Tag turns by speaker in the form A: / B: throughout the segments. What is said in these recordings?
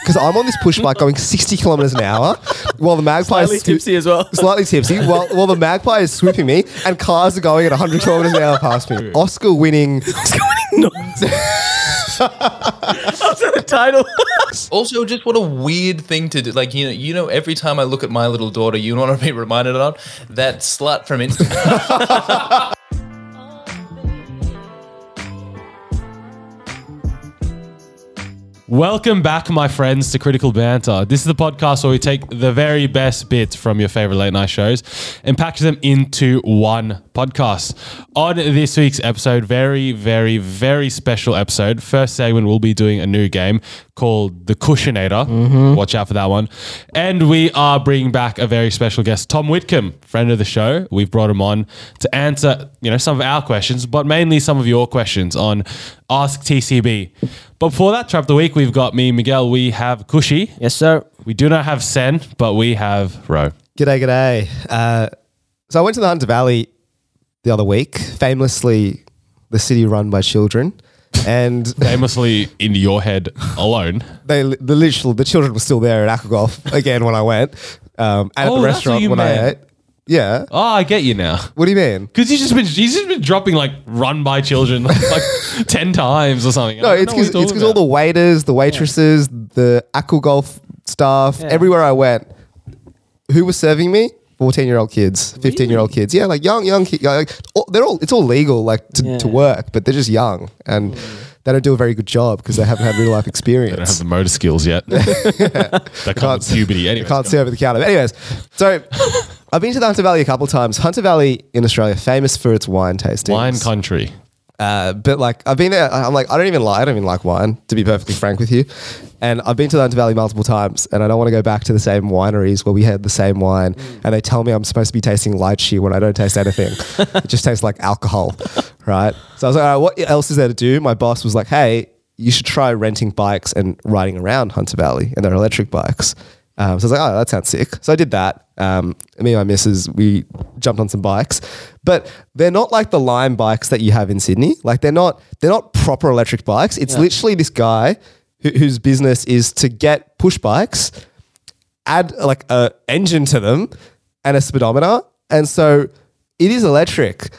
A: because I'm on this push bike going 60 kilometers an hour while the magpie
B: Slightly
A: is swo-
B: tipsy as well.
A: Slightly tipsy while, while the magpie is swooping me and cars are going at 100 kilometers an hour past me. Oscar winning.
B: Is that the title?
C: Also, just what a weird thing to do. Like you know, you know, every time I look at my little daughter, you know what I've been reminded of that slut from Instagram.
D: Welcome back, my friends, to Critical Banter. This is the podcast where we take the very best bits from your favorite late night shows and package them into one podcast. On this week's episode, very, very, very special episode. First segment, we'll be doing a new game called The Cushionator. Watch out for that one. And we are bringing back a very special guest, Tom Whitcomb, friend of the show. We've brought him on to answer, you know, some of our questions, but mainly some of your questions on Ask TCB. But before that, trap of the week, we've got me, Miguel. We have Cushy.
B: yes, sir.
D: We do not have Sen, but we have Ro.
A: G'day, g'day. Uh, so I went to the Hunter Valley the other week, famously the city run by children. And
D: Famously in your head alone.
A: they the literal the children were still there at Aquagolf again when I went, um, and at the
D: Oh, that's what
A: restaurant
D: you
A: when I
D: meant.
A: ate. Yeah.
D: Oh, I get you now.
A: What do you mean?
D: Because he's just been he's just been dropping like run by children like, like ten times or something.
A: No, it's because it's because all the waiters, the waitresses, the Aquagolf staff, everywhere I went, who was serving me. 14 year old kids, 15 year old kids. Yeah, like young, young kids. Like, all- they're all, it's all legal like to, to
B: Yeah.
A: work, but they're just young and they don't do a very good job because they haven't had real life experience.
D: they don't have the motor skills yet. that comes with puberty anyway.
A: I can't see over the counter. But anyways, so I've been to the Hunter Valley a couple times. Hunter Valley in Australia, famous for its wine tasting.
D: Wine country.
A: uh, but like I've been there, I- I'm like I don't even lie. I don't even like wine, to be perfectly frank with you. And I've been to the Hunter Valley multiple times, and I don't want to go back to the same wineries where we had the same wine, and they tell me I'm supposed to be tasting lychee when I don't taste anything. it just tastes like alcohol, right? So I was like, all right, what else is there to do? My boss was like, hey, you should try renting bikes and riding around Hunter Valley, and they're electric bikes. Um, so I was like, oh, that sounds sick. So I did that. Um, me and my missus, we jumped on some bikes, but they're not like the Lime bikes that you have in Sydney. Like they're not they're not proper electric bikes. It's literally this guy who, whose business is to get push bikes, add like a engine to them and a speedometer, and so it is electric.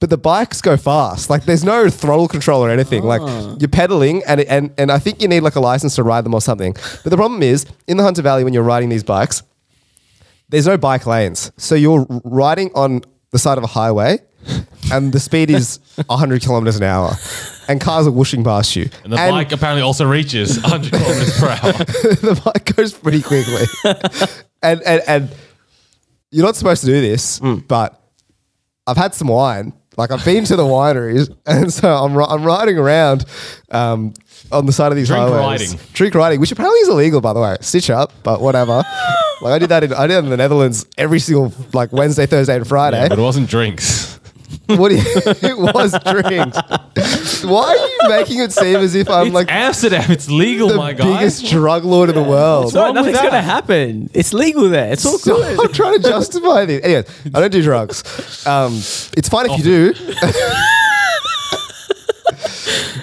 A: But the bikes go fast. Like there's no throttle control or anything.
D: Ah.
A: Like you're pedaling, and and and I think you need like a license to ride them or something. But the problem is in the Hunter Valley when you're riding these bikes, there's no bike lanes. So you're r- riding on the side of a highway and the speed is 100 kilometers an hour and cars are whooshing past you.
D: And the bike apparently also reaches 100 kilometers per hour.
A: the bike goes pretty quickly. and, and, and you're not supposed to do this,
D: Mm.
A: but I've had some wine. Like I've been to the wineries, and so I'm, ri- I'm riding around um, on the side of these
D: Drink
A: highways.
D: riding.
A: Drink riding, which apparently is illegal, by the way. Stitch up, but whatever. like I did that in I did that in the Netherlands every single like Wednesday, Thursday, and Friday.
D: But it wasn't drinks.
A: what do you, it was drinks. Why are you making it seem as if I'm
D: It's
A: like
D: Amsterdam. It's legal,
A: the
D: my guy.
A: biggest drug lord in the world?
B: Sorry,
D: wrong with
B: nothing's
D: that?
B: gonna happen. It's legal there. It's all
A: So
B: good.
A: I'm trying to justify this. Anyway, I don't do drugs. Um, it's fine if you do.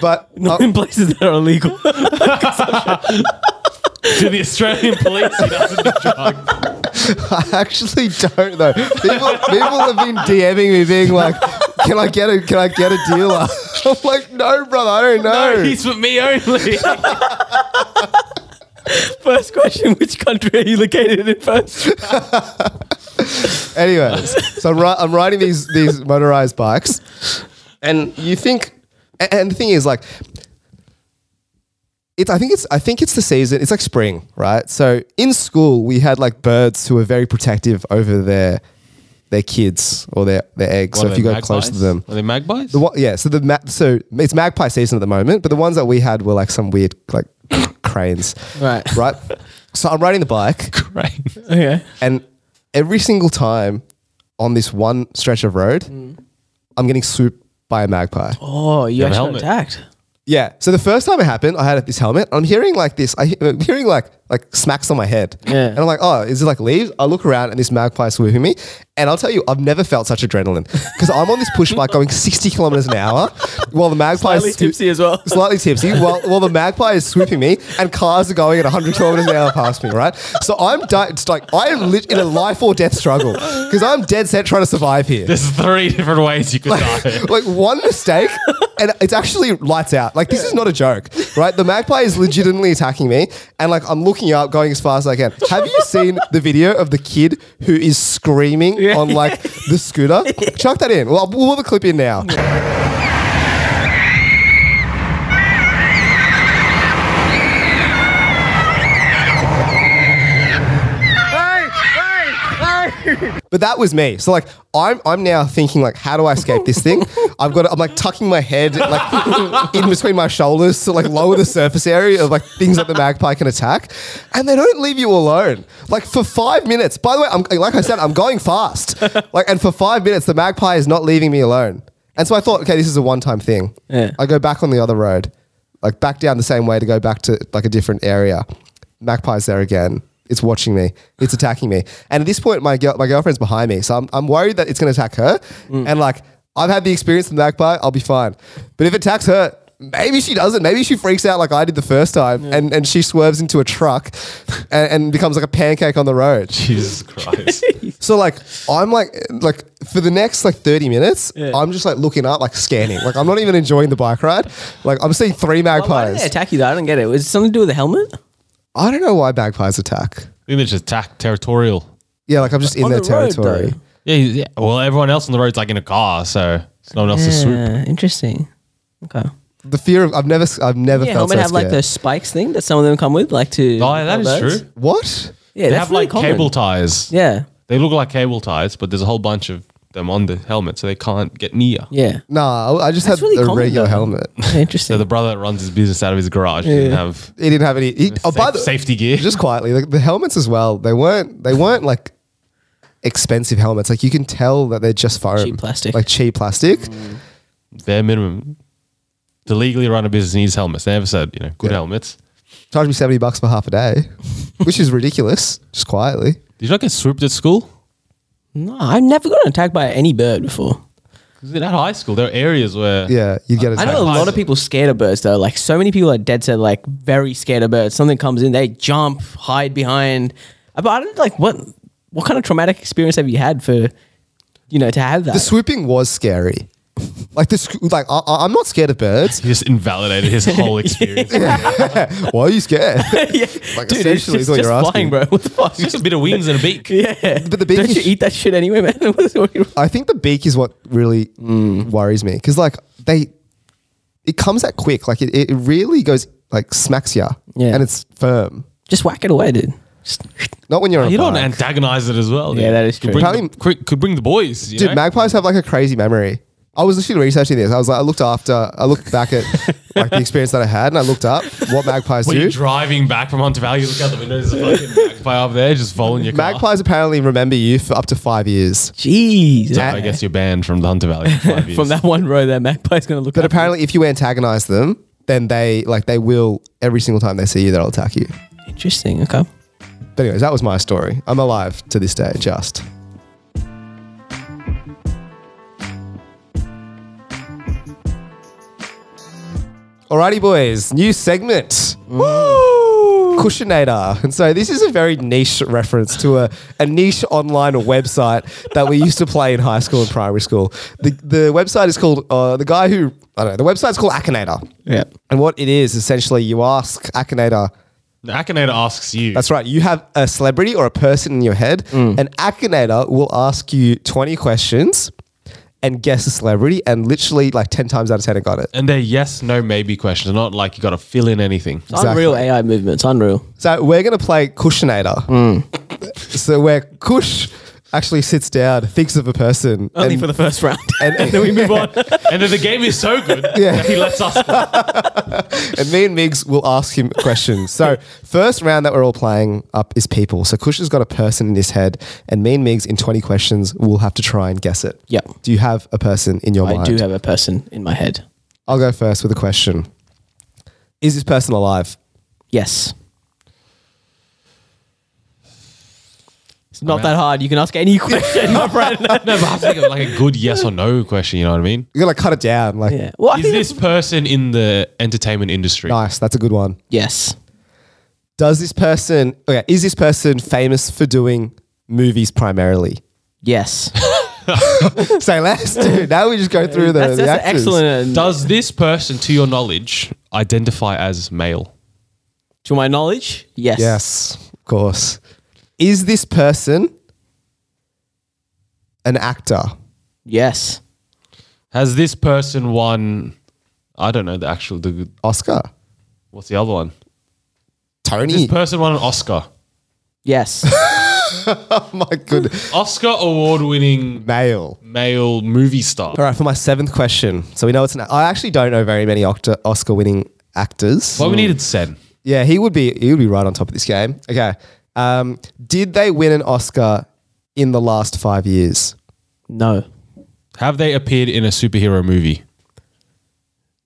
A: but
B: Not in places that are illegal.
D: to the Australian police, he doesn't do drugs.
A: I actually don't though. People, people have been DMing me being like, "Can I get a Can I get a dealer?" I'm like, "No, brother, I don't know."
D: He's for me only.
B: first question: Which country are you located in first?
A: Anyways, so I'm, ri- I'm riding these these motorized bikes, and you think, a- and the thing is like, it's I think it's I think it's the season. It's like spring, right? So in school we had like birds who were very protective over their their kids or their their eggs. so if you go close to them,
D: Are they magpies?
A: the one, yeah. So the ma- so it's magpie season at the moment, but the ones that we had were like some weird like cranes,
B: Right.
A: Right. So I'm riding the bike.
D: Right.
B: Okay.
A: And every single time on this one stretch of road, I'm getting swooped by a magpie.
B: Oh, you
D: have a
B: actually
D: helmet.
B: got attacked.
A: Yeah. So the first time it happened, I had this helmet. I'm hearing like this. I, am hearing like like smacks on my head.
B: Yeah.
A: And I'm like, oh, is it like leaves? I look around and this magpie's swooping me. And I'll tell you, I've never felt such adrenaline because I'm on this push bike going 60 kilometers an hour while the magpie
B: Slightly
A: swoo-
B: tipsy as well.
A: Slightly tipsy while, while the magpie is swooping me and cars are going at 100 kilometers an hour past me, right? So I'm di- it's like, I am lit in a life or death struggle because I'm dead set trying to survive here
D: There's three different ways you could die.
A: like one mistake and it's actually lights out. Like this is not a joke, right? The magpie is legitimately attacking me and like I'm looking up going as fast as I can. Have you seen the video of the kid who is screaming on like the scooter? Chuck that in. Well, I'll- we'll put the clip in now. But that was me. So like I'm I'm now thinking like how do I escape this thing? I've got to, I'm like tucking my head like in between my shoulders to like lower the surface area of like things that the magpie can attack. And they don't leave you alone. Like for 5 minutes. By the way, I'm like I said I'm going fast. Like and for 5 minutes the magpie is not leaving me alone. And so I thought okay, this is a one-time thing.
B: Yeah.
A: I go back on the other road. Like back down the same way to go back to like a different area. Magpie's there again. It's watching me. It's attacking me. And at this point, my girl, my girlfriend's behind me, so I'm, I'm worried that it's going to attack her. And like I've had the experience with the magpie, I'll be fine. But if it attacks her, maybe she doesn't. Maybe she freaks out like I did the first time, and, and she swerves into a truck, and, and becomes like a pancake on the road.
D: Jesus Christ.
A: So like I'm like like for the next like 30 minutes, I'm just like looking up, like scanning. Like I'm not even enjoying the bike ride. Like I'm seeing three
B: Why did they
A: magpies.
B: attack you though? I don't get it. Was it something to do with the helmet?
A: I don't know why magpies attack.
D: I think they're just attack territorial.
A: Yeah, like I'm just in
B: On
A: their
B: the road,
A: territory.
B: though.
D: Yeah, yeah. Well, everyone else on the road's like in a car, so it's no one else to swoop.
B: Yeah, interesting. Okay.
A: the fear of I've never I've never
B: Yeah,
A: felt
B: helmet
A: so
B: have like
A: scared.
B: the spikes thing that some of them come with, like to.
D: Oh, yeah, that is
B: birds.
D: true.
A: what?
B: Yeah,
D: They
B: that's
D: have
B: really
D: like
B: common.
D: cable ties.
B: Yeah,
D: They look like cable ties, but there's a whole bunch of them on the helmet, so they can't get near.
B: yeah.
A: Nah, I, I just
B: That's
A: had
B: really
A: a
B: common,
A: regular
B: though.
A: helmet.
B: Interesting.
D: So the brother that runs his business out of his garage didn't have
A: He didn't have any. He, oh, by
D: safe-
A: the,
D: safety gear.
A: Just quietly, like the helmets as well. They weren't. They weren't like expensive helmets. Like you can tell that they're just foam,
B: Cheap plastic.
A: like cheap plastic.
D: bare minimum. To legally run a business, needs helmets. They never said, you know, good helmets.
A: Charge me seventy bucks for half a day, which is ridiculous. Just quietly.
D: Did you not get swooped at school?
B: no, I've never gotten attacked by any bird before.
D: Because at high school, there are areas where
A: Yeah, you get it.
B: I know a lot of people scared of birds though. Like so many people are dead set, like very scared of birds. Something comes in, they jump, hide behind. Uh, But I don't like what what kind of traumatic experience have you had for you know to have that?
A: The swooping was scary. Like this, like I, I- I'm not scared of birds.
D: he just invalidated his whole experience.
A: Why are you scared?
B: yeah,
A: Like,
B: dude, it's just,
A: essentially is what
B: just
A: you're asking.
B: flying, bro. What the fuck?
D: It's just a bit of wings and a beak.
B: yeah,
A: But the big
B: don't you
A: ish-
B: eat that shit anyway, man? What's wrong with you?
A: I think the beak is what really
B: Mm.
A: worries me because like they, it comes out quick. Like it, it really goes like smacks you,
B: Yeah.
A: and it's firm.
B: just whack it away, dude. Just,
A: Not when you're on.
D: You
A: a
D: don't
A: bike.
D: antagonize it as well.
B: Yeah,
D: dude.
B: that is
D: Could
B: true.
D: bring,
A: Probably-
D: the, quick- could bring the boys. You
A: Dude,
D: know?
A: magpies have like a crazy memory. I was literally researching this. I was like, I looked after, I looked back at like the experience that I had, and I looked up what magpies
D: When
A: do.
D: you're driving back from Hunter Valley, you look out the window, there's a fucking magpie up there just following your car.
A: Magpies apparently remember you for up to five years.
B: jeez,
D: So I guess you're banned from the Hunter Valley for five years.
B: from that one row, that magpie's gonna look.
A: But
B: up.
A: apparently, if you antagonize them, then they like they will every single time they see you, they'll attack you.
B: interesting. Okay.
A: But anyways, that was my story. I'm alive to this day. Just alrighty, boys. New segment. Woo! Cushionator. And so this is a very niche reference to a, a niche online website that we used to play in high school and primary school. The, the website is called, uh, the guy who, I don't know, the website's called Akinator.
B: Yeah.
A: And what it is, essentially, you ask Akinator
D: Akinator asks you.
A: that's right. You have a celebrity or a person in your head,
B: Mm.
A: and Akinator will ask you 20 questions and guess a celebrity, and literally like 10 times out of 10, I got it.
D: and they're yes, no, maybe questions. Not like you got to fill in anything.
B: It's Unreal AI movements. Unreal.
A: So we're going to play Cushionator.
B: Mm.
A: So where Cush actually sits down, thinks of a person.
B: Only
A: and-
B: for the first round.
A: and,
D: and then the game is so good that he lets us.
A: and me and Migs will ask him questions. So first round that we're all playing up is people. So Cush has got a person in his head, and me and Migs in 20 questions will have to try and guess it.
B: Yep.
A: Do you have a person in your mind?
B: I do have a person in my head.
A: I'll go first with a question. Is this person alive?
B: Yes. It's not that hard. You can ask any question, my friend.
D: No, but I have to think of like a good yes or no question. You know what I mean?
A: You gotta cut it down. Like,
B: Yeah. Well, I
D: Is
B: think
D: this
B: that's-
D: person in the entertainment industry?
A: nice. That's a good one.
B: Yes.
A: Does this person? Okay, is this person famous for doing movies primarily?
B: Yes.
A: Say less, dude. Now we just go through the,
B: that's
A: the
B: that's an
A: actors.
B: excellent. uh,
D: Does this person, to your knowledge, identify as male?
B: to my knowledge, yes.
A: Yes, of course. Is this person an actor?
B: Yes.
D: Has this person won? I don't know the actual. The,
A: Oscar?
D: what's the other one? This
A: Tony?
D: person won an Oscar.
B: Yes.
A: oh my goodness.
D: Oscar award-winning
A: Male.
D: male movie star.
A: All right, for my seventh question. So we know it's an. I actually don't know very many Octa- Oscar-winning actors.
D: Well, we needed Sen.
A: Yeah, he would be. He would be right on top of this game. Okay. Um, did they win an Oscar in the last five years?
B: no.
D: Have they appeared in a superhero movie?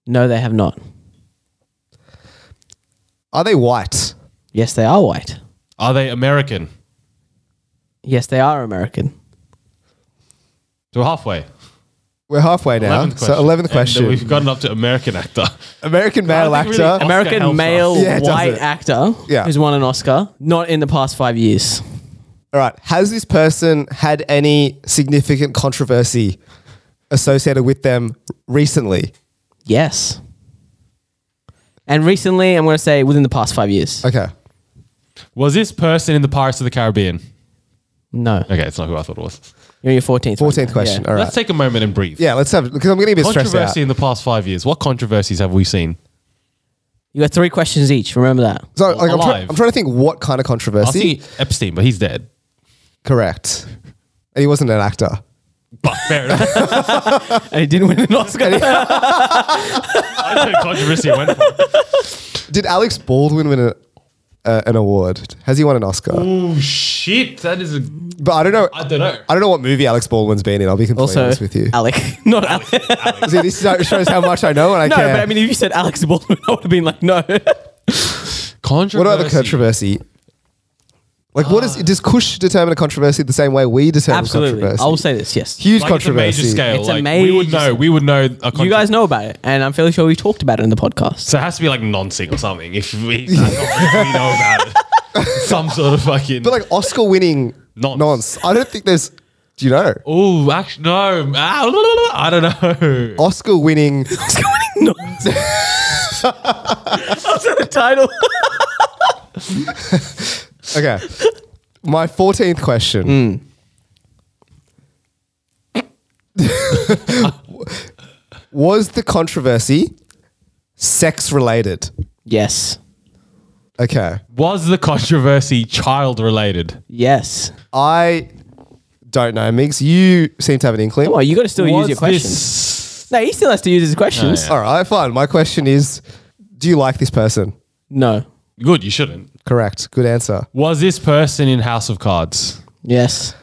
B: No, they have not.
A: Are they white?
B: Yes, they are white.
D: Are they American?
B: Yes, they are American.
D: So we're halfway.
A: We're halfway now. So eleventh
D: And then
A: question.
D: we've gotten up to American actor.
A: American male
D: I
A: actor.
D: don't think really Oscar
B: American
D: helps
B: male
D: us.
A: Yeah, it
B: white
A: doesn't.
B: actor
A: Yeah.
B: who's won an Oscar, not in the past five years.
A: All right. Has this person had any significant controversy associated with them recently?
B: Yes. And recently, I'm going to say within the past five years.
A: Okay.
D: Was this person in the Pirates of the Caribbean?
B: No.
D: Okay, it's not who I thought it was.
B: You're on your 14th.
A: 14th
B: right now.
A: question.
B: Yeah.
A: All right.
D: Let's take a moment and breathe.
A: yeah, let's have because I'm getting a bit stressed out.
D: Controversy in the past five years. What controversies have we seen?
B: You got three questions each. Remember that.
A: So like, I'm, try-
D: Alive.
A: I'm trying to think what kind of
D: I
A: controversy.
D: see Epstein, but he's dead.
A: Correct. And he wasn't an actor.
D: But fair enough.
B: And he didn't win an Oscar.
D: I don't know controversy I went for.
A: Did Alex Baldwin win a, uh, an award? Has he won an Oscar?
D: Oh shit! That is a.
A: But I don't know.
D: I don't know.
A: I don't know what movie Alex Baldwin's been in. I'll be completely
B: also,
A: honest with you.
B: Alec. Not Alec.
A: See, this shows how much I know and I
B: no,
A: care.
B: but I mean, if you said Alex Baldwin, I would have been like, no.
A: what
D: Controversy.
A: about the controversy? Like, what is does Kush determine a controversy the same way we determine
B: Absolutely.
A: controversy?
B: I will say this, yes.
A: huge
D: Like, it's a
A: controversy.
D: major scale.
B: It's a
D: like, we would
B: major-
D: know. We would know. A contro-
B: You guys know about it, and I'm fairly sure we talked about it in the podcast.
D: So it has to be like non-sync or something. If we, we know about it, some sort of fucking.
A: But like Oscar winning
D: Nonce.
A: nonce. I don't think there's. Do you know
D: oh, actually, no. Ah, I don't know.
A: Oscar winning?
B: What's going on? That's the title.
A: Okay, my fourteenth question.
B: Hmm.
A: Was the controversy sex related?
B: yes.
A: Okay,
D: Was the controversy child-related?
B: Yes.
A: I don't know, Migs. You seem to have an inkling.
B: Well, you got to still
D: Was
B: use your questions.
D: this-
B: No, he still has to use his questions.
A: All right, fine. My question is, do you like this person?
B: No.
D: Good, you shouldn't.
A: Correct. Good answer.
D: Was this person in House of Cards?
B: Yes.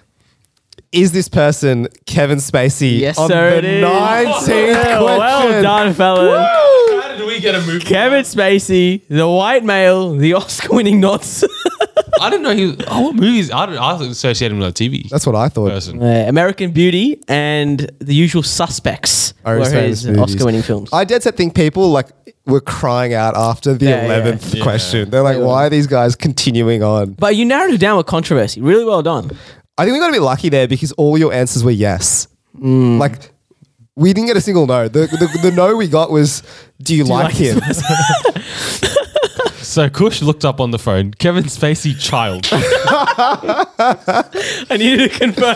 A: Is this person Kevin Spacey?
B: Yes,
A: on
B: sir,
A: the
B: it is.
A: 19th
B: Yeah, well
A: question?
B: done, fellas.
D: How did we get a movie?
B: Kevin Spacey, the white male, the Oscar-winning uh, nonce,
D: I didn't know he. Was, oh, what movies? I don't. I associated him with a TV
A: That's what I thought.
D: person.
B: uh, American Beauty, and The Usual Suspects
A: I
B: were
A: was saying
B: his
A: this movies.
B: Oscar-winning films.
A: I did set think people like were crying out after the
B: Yeah,
A: eleventh
D: yeah.
A: question. They're like, "Why are these guys continuing on?"
B: but you narrowed it down with controversy. Really well done.
A: I think we got a bit lucky there because all your answers were yes.
B: Hmm.
A: Like, we didn't get a single no. The the, the no we got was, "Do you like,
B: like this
A: him?"
D: So Kush looked up on the phone. Kevin Spacey child.
B: I needed to confirm.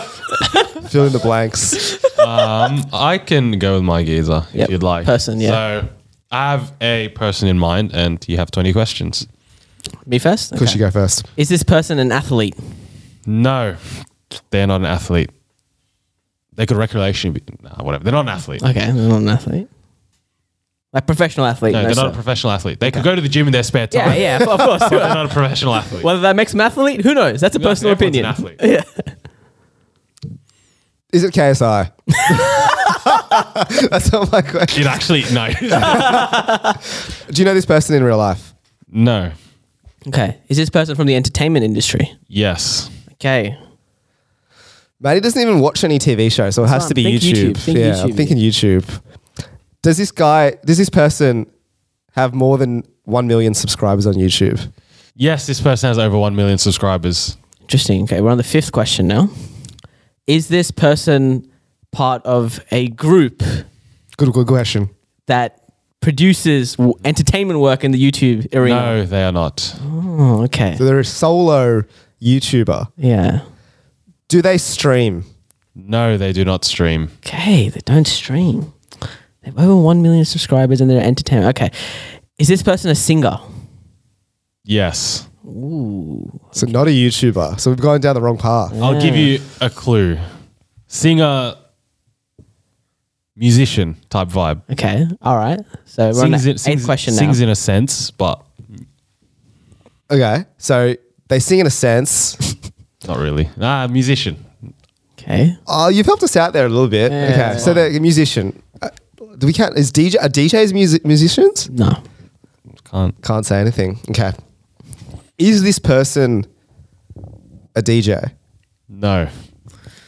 A: Fill in the blanks.
D: um, I can go with my geezer if
B: Yep,
D: you'd like.
B: person, yeah.
D: So I have a person in mind, and you have twenty questions.
B: Me first? Okay.
A: Push you go first.
B: Is this person an athlete?
D: No, they're not an athlete. They could recreationally be nah, whatever. They're not an athlete.
B: Okay, they're not an athlete. Like professional athlete.
D: No,
B: no,
D: they're
B: sir.
D: not a professional athlete. They could go to the gym in their spare time.
B: yeah, yeah, of course.
D: They're not a professional athlete.
B: Whether that makes them athlete, who knows? That's a personal
D: everyone's an
B: opinion.
D: athlete.
B: Yeah.
A: Is it KSI? That's not my question.
D: It actually no,
A: Do you know this person in real life?
D: no.
B: Okay. Is this person from the entertainment industry?
D: Yes.
B: Okay.
A: Maddie doesn't even watch any TV show, so it has
B: what
A: to
B: I'm
A: be
B: thinking
A: YouTube.
B: YouTube, think
A: yeah, I'm
B: YouTube,
A: thinking YouTube. Does this guy, does this person have more than 1 million subscribers on YouTube?
D: Yes, this person has over 1 million subscribers.
B: Interesting. Okay, we're on the fifth question now. Is this person part of a group
A: Good, good question.
B: that produces w- entertainment work in the YouTube arena?
D: No, they are not.
B: Oh, okay.
A: So they're a solo YouTuber.
B: Yeah.
A: Do they stream?
D: No, they do not stream.
B: Okay, they don't stream. They have over 1 million subscribers and they're entertainment. Okay. Is this person a singer?
D: Yes.
A: So not a YouTuber. So we've gone down the wrong path.
D: I'll give you a clue. Singer, musician type vibe.
B: Okay. All right. So we're on the
D: Sings in,
B: eighth
D: sings,
B: question now.
D: sings in a sense, but
A: Okay. So they sing in a sense.
D: not really. Ah, musician.
B: okay.
A: Oh, you've helped us out there a little bit. Okay. So they're a musician. Uh, Do we count? Is DJ, are DJs music, musicians?
B: No.
D: Can't.
A: Can't say anything. Okay. Is this person a DJ?
D: No.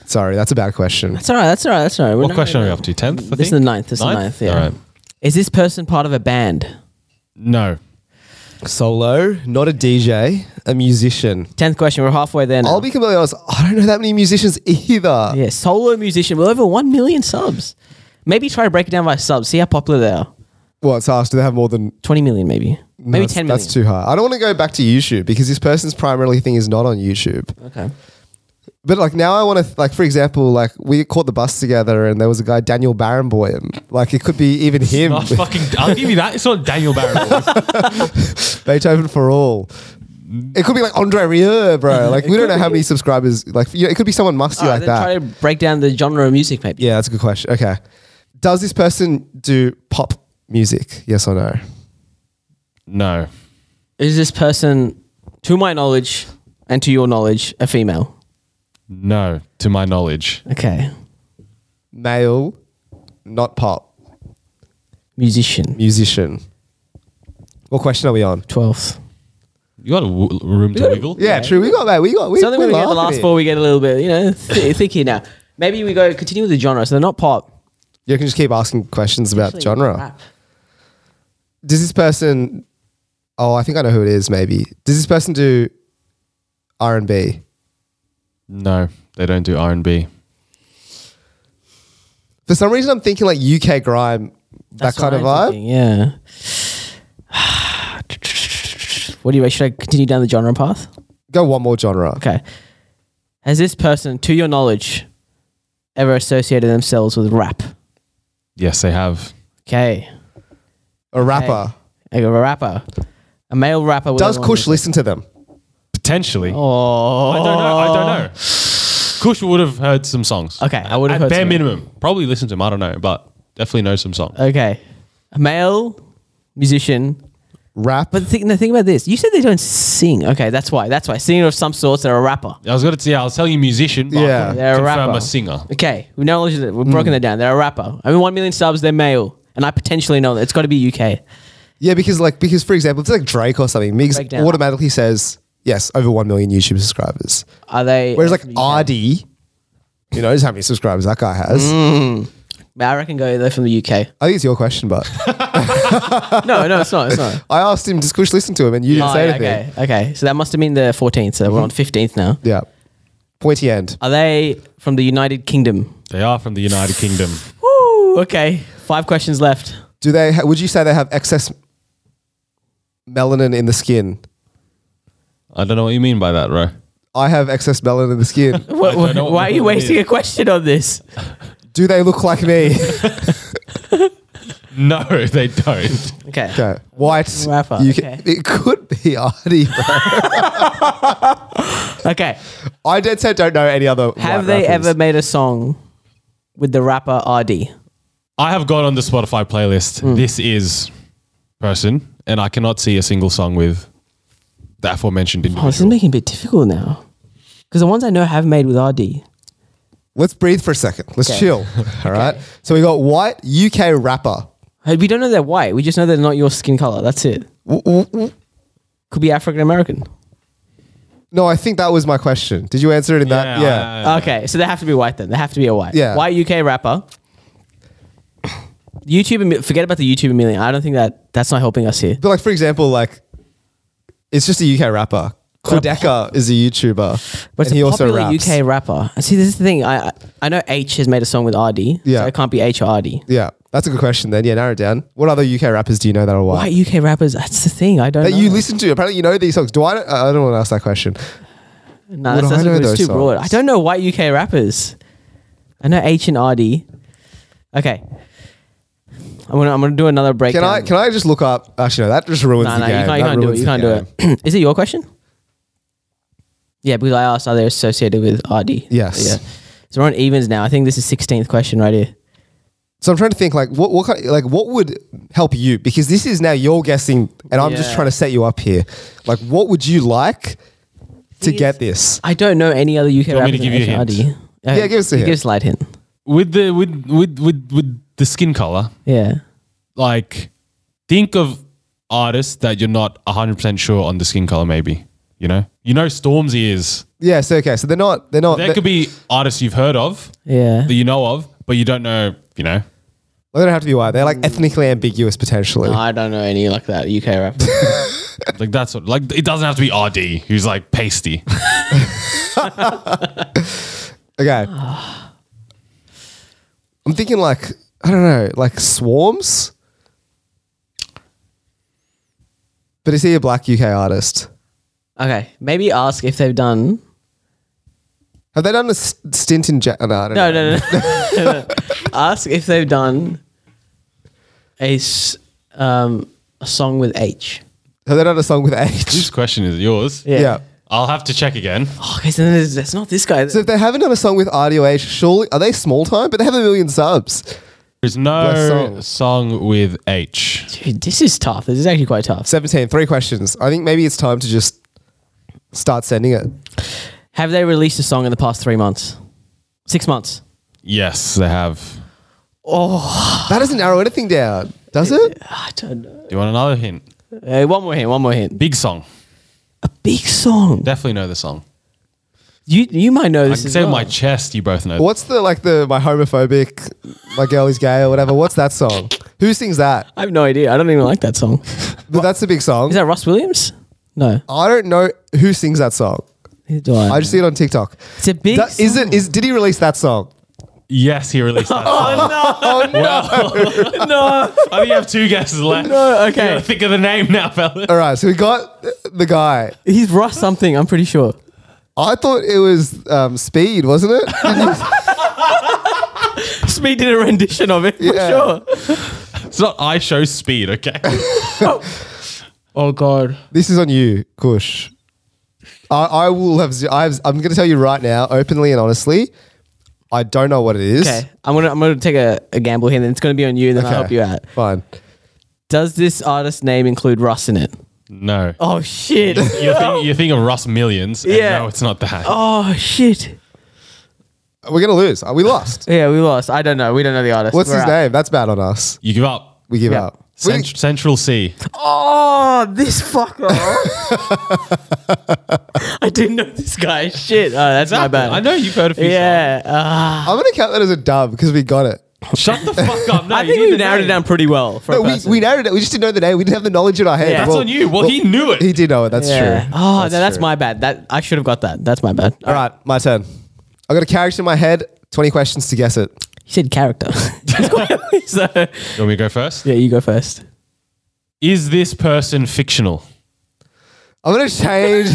A: Sorry, that's a bad question.
B: That's all right. That's all right. That's all right. We're
D: What
B: not
D: question
B: gonna-
D: are we up to? Tenth. I
B: This
D: think?
B: is the ninth. This is the ninth. Yeah.
D: All right.
B: Is this person part of a band?
D: No.
A: Solo, not a DJ, a musician.
B: Tenth question. We're halfway there now.
A: I'll be completely honest. I don't know that many musicians either.
B: yeah, solo musician with over one million subs. Maybe try to break it down by subs. See how popular they are.
A: Well, it's asked. Do they have more than
B: Twenty million, maybe.
A: No,
B: Maybe
A: that's,
B: ten million.
A: That's too high. I don't want to go back to YouTube because this person's primarily thing is not on YouTube.
B: Okay.
A: But like now, I want to like for example, like we caught the bus together, and there was a guy Daniel Barenboim. Like it could be even him,
D: Not
A: with
D: fucking. I'll give you that. It's not Daniel Barrymore.
A: Beethoven for all. It could be like Andre Rieu, bro. Like we don't know how many subscribers. Like you know, it could be someone musty
B: All
A: like
B: right, then
A: that.
B: Try to break down the genre of music, maybe.
A: yeah, that's a good question. Okay, does this person do pop music? Yes or no?
D: no.
B: Is this person, to my knowledge and to your knowledge, a female?
D: No. To my knowledge.
B: Okay.
A: Male, not pop
B: Musician.
A: musician. What question are we on?
B: Twelfth.
D: You got a w- room to wiggle.
A: Yeah, true. We got that. We got. We,
B: Something
A: we're
B: we get the
A: laughing
B: last
A: here.
B: four, we get a little bit, you know, th- thick here now. Maybe we go continue with the genre. So they're not pop.
A: You can just keep asking questions about
B: Actually,
A: genre.
B: rap.
A: Does this person? Oh, I think I know who it is. Maybe does this person do R and B?
D: No. They don't do R and B.
A: For some reason, I'm thinking like UK grime,
B: That's
A: that kind
B: what
A: of
B: I'm
A: vibe.
B: thinking, yeah. What do you rate? Should I continue down the genre path?
A: Go one more genre.
B: Okay. Has this person, to your knowledge, ever associated themselves with rap?
D: Yes, they have.
B: Okay.
A: A rapper.
B: A rapper. A male rapper. with
A: Does
B: a-
A: Kush listen to them?
D: Potentially.
B: Oh.
D: I don't know. I don't know. Uh, Kush would have heard some songs.
B: Okay, I would have
D: At
B: heard
D: bare
B: some. Uh,
D: minimum. Probably listen to them. I don't know, but definitely know some songs.
B: Okay. A male musician.
A: Rap.
B: But think, no, think about this. You said they don't sing. Okay, that's why. That's why. Singer of some sorts. They're a rapper.
D: I was gonna say I was telling you musician, but
A: Yeah.
D: yeah,
B: They're a
D: confirm
B: rapper.
D: a singer.
B: Okay, we know that we've broken it down. They're a rapper. I mean, one million subs. They're male, and I potentially know that it's got to be UK.
A: yeah, because like because for example, it's like Drake or something. Migs
B: Breakdown.
A: automatically says yes over one million YouTube subscribers.
B: Are they?
A: Whereas like
B: from UK?
A: RD, you know, just how many subscribers that guy has.
B: Mm. I reckon go they're from the UK.
A: I think it's your question, but
B: No, no, it's not. It's not.
A: I asked him, does Kush listen to him? And you didn't
B: Oh,
A: say
B: yeah,
A: anything.
B: okay, okay. So that must have been the 14th. So we're on 15th now.
A: Yeah. Pointy end.
B: Are they from the United Kingdom?
D: They are from the United Kingdom.
B: Woo! Okay, five questions left.
A: Do they? Ha- would you say they have excess melanin in the skin?
D: I don't know what you mean by that, bro.
A: I have excess melanin in the skin.
B: Wha-
D: don't know what
B: why are you
D: that means.
B: wasting a question on this?
A: Do they look like me?
D: No, they don't.
B: Okay.
A: okay. White.
B: Rapper,
A: you ca-
B: okay.
A: It could be Artie. bro.
B: Okay.
A: I dead set don't know any other.
B: Have
A: white
B: they
A: rappers.
B: ever made a song with the rapper RD?
D: I have gone on the Spotify playlist. This is person, and I cannot see a single song with the aforementioned
B: Oh, this is
D: individual.
B: making it a bit difficult now. Because the ones I know have made with RD.
A: Let's breathe for a second. Let's
B: Okay.
A: chill. All right. So we got white UK rapper.
B: Hey, We don't know they're white. We just know they're not your skin color. That's it.
A: W- w- w-
B: Could be African American.
A: No, I think that was my question. Did you answer it in that?
D: Yeah,
A: Uh, Yeah.
D: I-
B: Okay, so they have to be white then. They have to be a white.
A: Yeah.
B: White UK rapper. YouTube, and- forget about the YouTube million. I don't think that that's not helping us here.
A: But like for example, like it's just a UK rapper.
B: But a
A: Kudeka is a YouTuber,
B: But it's
A: and he
B: a
A: also
B: popular
A: raps.
B: UK rapper. And See, this is the thing. I I- I know H has made a song with RD.
A: Yeah.
B: So it can't be H or RD.
A: yeah, that's a good question. Then yeah, narrow it down. What other UK rappers do you know that are white?
B: White UK rappers. That's the thing. I don't.
A: That
B: know.
A: you listen to? Apparently, you know these songs. Do I? I don't want to ask that question.
B: No,
A: Would
B: that's,
A: I
B: that's
A: know
B: it's
A: those
B: too broad. I
A: songs?
B: don't know white UK rappers. I know H and RD. Okay. I'm gonna I'm gonna do another breakdown.
A: Can I? Can I just look up? Actually, no. That just ruins
B: No,
A: the
B: no, you
A: game.
B: can't, you
A: That
B: can't do it.
A: ruins
B: You
A: the
B: can't do
A: game.
B: it. Is it your question? Yeah, because I asked, are they associated with RD?
A: Yes.
B: Yeah. So we're on evens now. I think this is 16th question right here.
A: So I'm trying to think like what what kind like what would help you because this is now you're guessing and I'm just
B: Yeah.
A: trying to set you up here. Like what would you like to get this?
B: I don't know any other
D: want
B: UK rapper
D: me to give you a
B: RD.
D: hint?
B: Uh,
A: Yeah, give us a
B: Give
A: hint.
B: us a light hint.
D: with the with with with with the skin color,
B: Yeah.
D: like think of artists that you're not 100% sure on the skin color maybe, you know? You know Stormzy is.
A: Yeah. So okay. So they're not they're not.
D: There
A: they-
D: could be artists you've heard of
B: Yeah.
D: that you know of, but you don't know, you know.
A: they don't have to be white. They're like
B: Mm.
A: ethnically ambiguous potentially.
B: I don't know any like that UK rapper.
D: Like that's what like it doesn't have to be RD who's like pasty.
A: Okay. I'm thinking like I don't know like swarms. But is he a black UK artist?
B: okay. Maybe ask if they've done.
A: Have they done a s- stint in jail? No, I don't
B: No,
A: know.
B: no, no. no. ask if they've done a, s- um, a song with H.
A: Have they done a song with H?
D: Whose question is it? yours?
B: Yeah.
A: yeah.
D: I'll have to check again.
B: Okay, so Oh, then there's, that's not this guy.
A: So if they haven't done a song with RDOH, surely are they small time? But they have a million subs. Bless
D: There's no
A: soul.
D: song with H.
B: Dude, this is tough. This is actually quite tough.
A: 17, three questions. I think maybe it's time to just start sending it.
B: Have they released a song in the past three months? Six months.
D: Yes, they have.
A: That doesn't narrow anything down, does it?
B: Ah, I don't know.
D: Do you want another hint?
B: Uh, one more hint. One more hint.
D: Big song.
B: A big song.
D: Definitely know the song.
B: You you might know
D: I
B: this.
D: can
B: as
D: say with
B: well.
D: my chest, you both know.
A: What's the like the my homophobic, my girl is gay or whatever? What's that song? Who sings that?
B: I have no idea. I don't even like that song.
A: But that's a big song.
B: Is that Ross Williams? No.
A: I don't know who sings that song.
B: Neither do I.
A: I just see it on TikTok.
B: it's a big.
A: That, is it? Is did he release that song?
D: Yes, he released that. song.
A: Oh no!
B: no.
D: I think you have two guesses left.
B: No.
D: You gotta
B: Okay.
D: think of the name now, fellas.
A: All right, so we got the guy.
B: He's Ross something. I'm pretty sure.
A: I thought it was um, Speed, wasn't it?
B: Speed did a rendition of it for
A: Yeah.
B: sure.
D: It's not I show speed, okay?
B: Oh god.
A: This is on you, Kush. I, I will have. ze- I have I'm going to tell you right now, openly and honestly. I don't know what it is.
B: Okay. I'm gonna I'm gonna take a, a gamble here. Then it's gonna be on you. Then I'll help you out.
A: Fine.
B: Does this artist name include Russ in it?
D: No.
B: Oh shit.
D: You think you think of Russ Millions? and
B: Yeah.
D: No, it's not that.
B: oh shit.
A: We're going to lose. We lost.
B: Yeah, we lost. I don't know. We don't know the artist.
A: What's
B: We're
A: his
B: out.
A: name? That's bad on us.
D: You give up.
A: We give
B: Yeah.
A: up. We-
D: Cent- Central C.
B: Oh, this fucker. I didn't know this guy. Shit. Oh, that's my bad.
D: I know you've heard a few.
B: Yeah. Uh,
A: I'm going to count that as a dub because we got it.
D: songs. Shut the fuck up. No,
B: I
D: you
B: think
D: need
B: we
D: the
B: narrowed it
D: name.
B: down pretty well. For
A: No,
B: a
A: we,
B: person.
A: we narrowed it. We just didn't know the name. We didn't have the knowledge in our head.
B: Yeah.
D: That's on you. Well, he knew it.
A: He did know it. That's
B: Yeah.
A: true.
B: Oh, no, that's
A: true.
B: my bad. That I should have got that. That's my bad.
A: All right, my turn. I've got a character in my head. 20 questions to guess it.
B: You said character. so,
D: you want me to go first?
B: yeah, you go first.
D: Is this person fictional?
A: I'm going to change.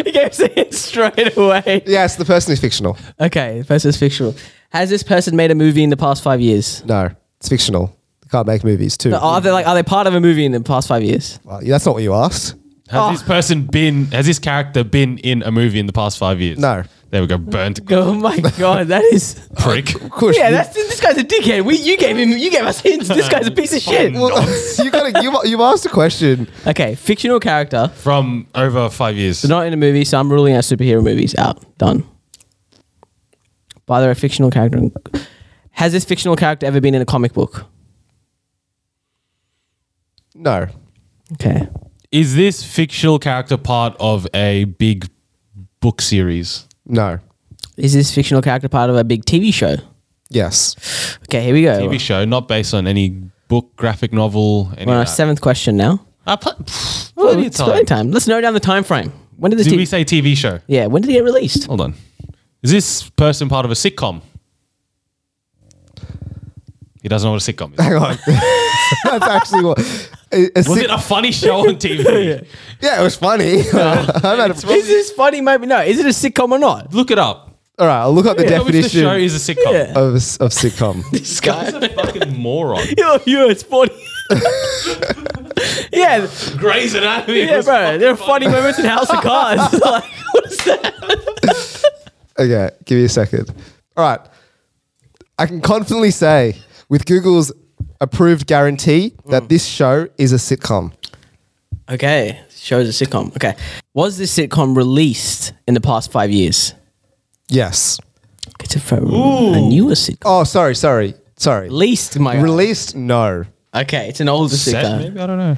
B: He gave us a hint straight away.
A: yes, the person is fictional.
B: Okay, first is fictional. Has this person made a movie in the past five years?
A: No, it's fictional. Can't make movies too.
B: Are they like are they part of a movie in the past five years?
A: Well, that's not what you asked.
D: Has
B: Oh.
D: this person been? Has this character been in a movie in the past five years?
A: No.
D: There we go. Burnt
B: Oh my god, that is
D: prick.
A: Kush,
B: Yeah,
A: you-
B: that's this guy's a dickhead. We you gave him you gave us hints. This guy's a piece of shit.
A: well, you got you you asked a question.
B: Okay, fictional character.
D: From over five years.
B: They're not in a movie, so I'm ruling out superhero movies. Out. Done. By the way, fictional character. Has this fictional character ever been in a comic book?
A: No,
B: Okay.
D: Is this fictional character part of a big book series?
A: No.
B: Is this fictional character part of a big TV show?
A: Yes.
B: Okay, here we go.
D: TV show, not based on any book, graphic novel, any
B: We're on
D: of
B: our
D: that.
B: seventh question now.
D: Ah, pl- pff, plenty of
B: It's
D: time.
B: plenty of time. Let's narrow down the time frame. When did this?
D: Did
B: TV
D: we say TV show?
B: yeah, when did it get released?
D: Hold on. Is this person part of a sitcom? He doesn't know what a sitcom is.
A: Hang on. That's actually what. a- a
D: Was
A: sick-
D: it a funny show on TV?
A: yeah, it was funny. I'm out of-
B: Is this funny? Maybe no. Is it a sitcom or not?
D: Look it up.
A: all right, I'll look up the
D: Tell me if the
A: definition
D: show is a sitcom.
B: Yeah.
A: of, a s- of sitcom.
B: This guy.
D: He's a fucking moron.
B: Yo, yo, it's funny. yeah,
D: Grey's Anatomy.
B: yeah,
D: was
B: bro. There are funny moments in House of Cards. like, what is that?
A: Okay, give me a second. All right. I can confidently say, with Google's approved guarantee,
B: Mm.
A: that this show is a sitcom.
B: Okay, shows a sitcom. Okay, was this sitcom released in the past five years?
A: Yes.
B: It's a, fo- a newer sitcom.
A: Oh, sorry, sorry, sorry.
B: Released, my guy.
A: Released? No.
B: Okay, it's an older
D: set,
B: sitcom.
D: maybe I don't know.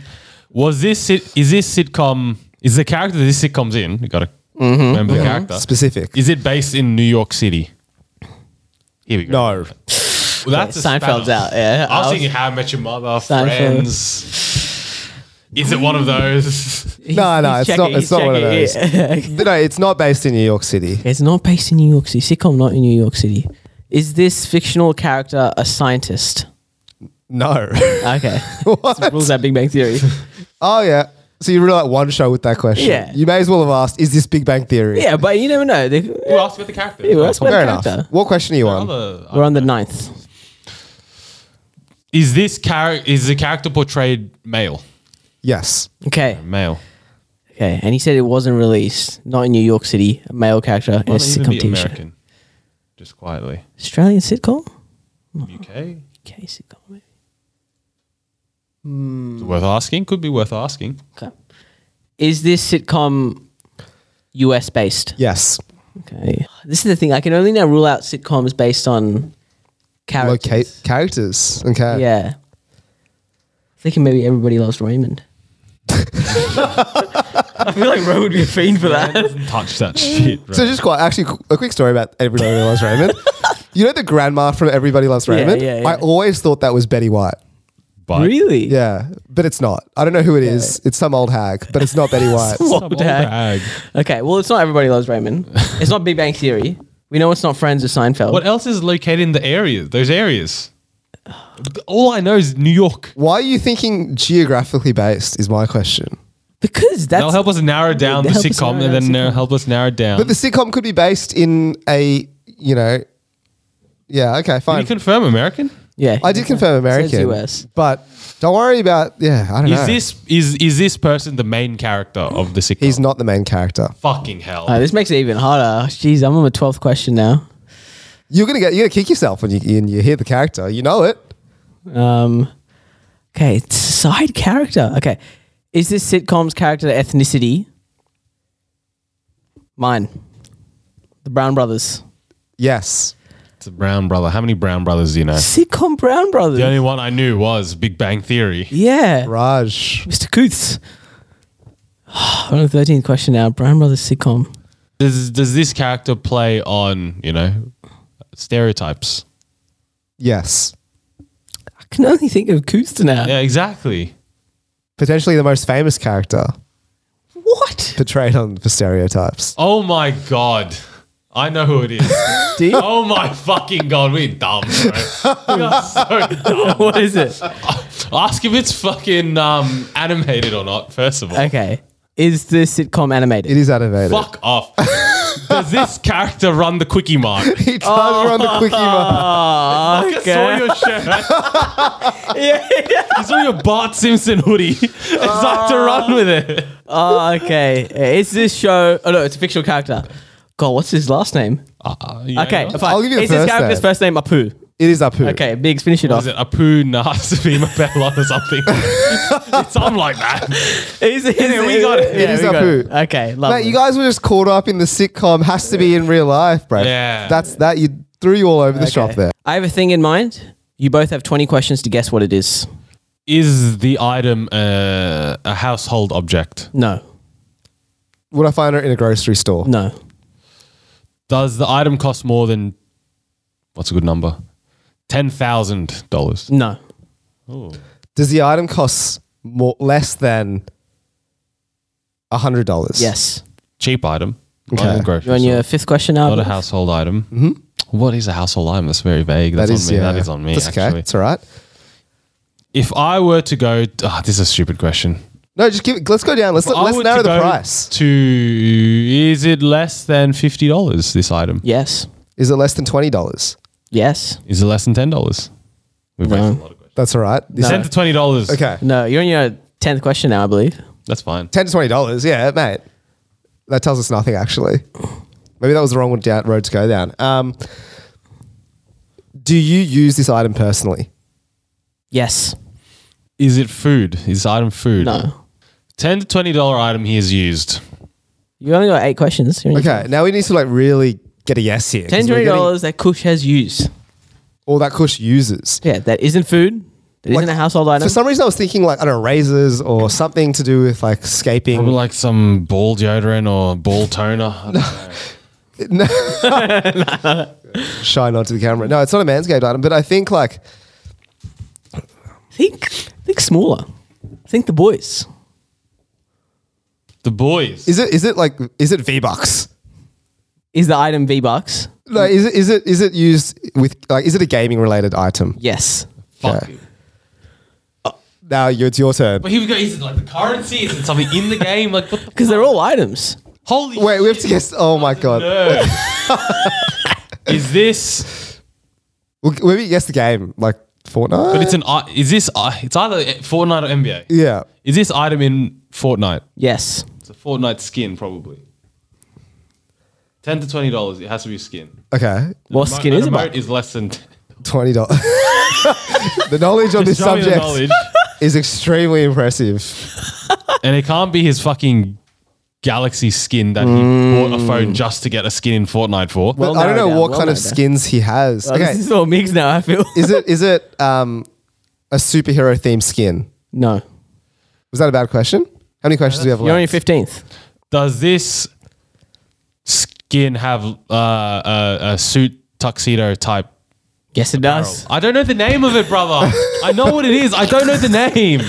D: Was this sit- is this sitcom? Is the character that this sitcom's in? You got to
B: Mm-hmm.
D: remember the character.
A: Specific.
D: Is it based in New York City? Here we go.
A: No.
D: Well, that's a
B: Seinfeld's
D: spanner.
B: out. Yeah,
D: I was
B: I was-
D: thinking How I Met Your Mother,
B: Seinfeld.
D: Friends. Is it one of those?
A: no, no,
B: he's
A: it's not.
B: checking-
A: It's not one of
B: he's
A: those. no, it's not based in New York City.
B: It's not based in New York City. Sitcom not in New York City. Is this fictional character a scientist?
A: No.
B: Okay. Rules out Big Bang Theory.
A: oh yeah. So you really like one show with that question.
B: Yeah.
A: You may as well have asked, "Is this Big Bang Theory?"
B: yeah, but you never know. They,
D: Who asked about the character?
B: Yeah, who asked
A: Oh,
B: about-
A: Fair
B: What
A: enough.
B: character?
A: What question are you on?
D: Other-
B: we're on the ninth.
D: Is this character? Is the character portrayed male?
A: Yes.
B: Okay.
D: Male.
B: Okay. And he said it wasn't released. Not in New York City. A male character in a
D: Might not even
B: sitcom
D: be
B: TV show.
D: American. Just quietly.
B: Australian sitcom?
D: UK.
B: Okay, sitcom. maybe.
D: Is it worth asking. Could be worth asking.
B: Okay. Is this sitcom US based?
A: Yes.
B: Okay. This is the thing. I can only now rule out sitcoms based on characters.
A: Locate characters. Okay.
B: Yeah. Thinking maybe everybody loves Raymond. I feel like Raymond would be a fiend for that.
D: Touch that shit. Right?
A: So just quite actually qu- a quick story about Everybody Loves Raymond. You know the grandma from Everybody Loves Raymond?
B: yeah, yeah.
A: I always thought that was Betty White.
D: But
B: really?
A: Yeah, but it's not. I don't know who it is. It's some old hag, but it's not Betty White.
B: What
D: Some
B: the
D: old
B: heck?
D: hag.
B: Okay. Well, it's not everybody loves Raymond. It's not Big Bang Theory. We know it's not Friends or Seinfeld.
D: What else is located in the area? Those areas. All I know is New York.
A: Why are you thinking geographically based is my question.
B: Because
D: That'll
B: that's
D: help us narrow down the
B: help us
D: sitcom,
B: narrow
D: and
B: down
D: then
B: the
D: uh
B: sitcom.
D: help us narrow down.
A: But the sitcom could be based in a, you know, yeah, okay,
D: Can you
A: fine.
D: confirm American?
B: yeah.
A: I did confirm
B: It says
A: American,
B: US.
A: but don't worry about, yeah, I don't know.
D: Is this is is this person the main character of the sitcom?
A: He's not the main character.
D: fucking hell.
B: Uh, this makes it even harder. Jeez, I'm on my twelfth question now.
A: You're gonna get, you're gonna kick yourself when you, when you hear the character. You know it.
B: Um, okay, it's side character. Okay, is this sitcom's character ethnicity? Mine, the Brown Brothers.
A: Yes.
D: it's a Brown brother. How many Brown brothers do you know?
B: Sitcom Brown Brothers.
D: The only one I knew was Big Bang Theory.
B: yeah,
A: Raj.
B: Mr. Coots. on the thirteenth question now, Brown Brothers sitcom.
D: Does does this character play on you know stereotypes?
A: Yes.
B: I can only think of Coots now.
D: Yeah, exactly.
A: Potentially the most famous character
B: What?
A: portrayed on for stereotypes.
D: Oh my god. I know who it is.
A: Do you-
D: Oh my fucking god, we're dumb, bro. We are so dumb.
B: what is it?
D: Ask if it's fucking um, animated or not, first of all.
B: Okay, is this sitcom animated?
A: It is animated.
D: Fuck off. Does this character run the quickie mart?
A: He does run the quickie
D: Oh.
A: mark.
D: I
A: Oh,
D: saw your shirt. I saw your Bart Simpson hoodie. It's like to run with it.
B: Oh, okay. Is this show? Oh no, it's a fictional character. God, what's his last name?
D: Uh, you
B: Okay,
D: know?
B: fine.
A: I'll give you the
B: Is this
A: first
B: character's
A: name.
B: first name Apu?
A: It is Apu.
B: Okay, Biggs, finish it
D: Is
B: off.
D: it Apu Nasavima Bella or something? it's something like that.
B: Is it- is
D: we got it.
A: It is
B: we got
A: Apu.
B: Okay, lovely.
D: um,
A: Mate, you guys were just caught up in the sitcom. Has to be in real life, bro.
D: Yeah.
A: That's that. You threw you all over the shop there.
B: I have a thing in mind. You both have 20 questions to guess what it is.
D: is the item uh, a household object?
B: No,
A: Would I find it in a grocery
D: Mm.
A: store?
B: no.
D: Does the item cost more than what's a good number? Ten thousand dollars.
B: No.
A: Does the item cost more less than hundred dollars?
B: Yes.
D: Cheap item. Not
A: Okay.
D: in a grocery
B: You're on
D: store.
B: your fifth question now.
D: Not a household item. Mm-hmm. is a household item? That's very vague. That's
A: that
D: on
A: is
D: me.
A: yeah.
D: That is on me.
A: That's
D: actually.
A: okay. It's all right.
D: If I were to go, ah, this is a stupid question.
A: No, just give. it- Let's go down. Let's
D: If I
A: let's
D: were
A: narrow
D: to
A: the
D: go
A: price.
D: To is it less than fifty dollars? This item
B: Yes.
A: Is it less than twenty dollars?
B: Yes.
D: is it less than ten dollars? We've
B: No.
D: wasted a lot of questions.
A: That's all right. This-
D: Ten to twenty dollars.
A: Okay.
B: No, you're on your tenth question now, I believe.
D: that's fine.
A: Ten to twenty dollars. Yeah, mate. That tells us nothing actually. Maybe that was the wrong one down, road to go down. Um, do you use this item personally?
B: Yes.
D: Is it food? Is this item food?
B: No.
D: Ten to twenty dollar item he has used.
B: You only got eight questions. You're on your-
A: Okay. Now we need to like really get a yes here. 'cause
B: Mm-hmm. Ten
A: we're
B: twenty
A: getting
B: dollars that Kush has used.
A: All that Kush uses.
B: Yeah, that isn't food. That
A: Like,
B: not a household item.
A: For some reason, I was thinking like I don't know razors or something to do with like scaping.
D: Probably like some ball deodorant or ball toner. I don't know.
A: Shine onto the camera. No, it's not a manscaped item, but I think like
B: think think smaller. Think the boys.
D: the boys.
A: is it is it like is it V bucks?
B: Is the item V Bucks?
A: No, is it is it is it used with like is it a gaming related item?
B: Yes.
D: Fuck.
A: Okay. Now you, it's your turn.
D: But here we go. Is it like the currency? Is it something in the game? Like what the
B: Because they're all items.
D: holy?
A: Wait, we have to guess. Oh my god!
D: No. is this?
A: We'll, we'll guess the game like Fortnite.
D: But it's an. i- Is this? i- It's either Fortnite or NBA.
A: yeah.
D: Is this item in Fortnite?
B: Yes.
D: It's a Fortnite skin, probably. Ten to twenty dollars. It has to be a skin.
A: Okay,
B: What
D: Mo-
B: skin
D: an
B: is it?
D: emote
B: Buck?
D: is less than.
A: twenty dollars. the knowledge on this
D: Show me the
A: subject
D: knowledge.
A: is extremely impressive.
D: and it can't be his fucking galaxy skin that he bought a phone just to get a skin in Fortnite for.
A: But
B: Mm. Well
A: I don't
B: narrowed
A: know
B: down,
A: what
B: well
A: kind of
B: narrowed down.
A: skins he has.
B: Oh,
A: okay,
B: This is all mixed now, I feel.
A: is it is it um, a superhero themed skin?
B: no.
A: Was that a bad question? How many questions do we have
B: You're on your
A: left?
B: 15th.
D: Does this skin have uh, a, a suit tuxedo type?
B: Yes, it does.
D: I don't know the name of it, brother. I know what it is. I don't know the name.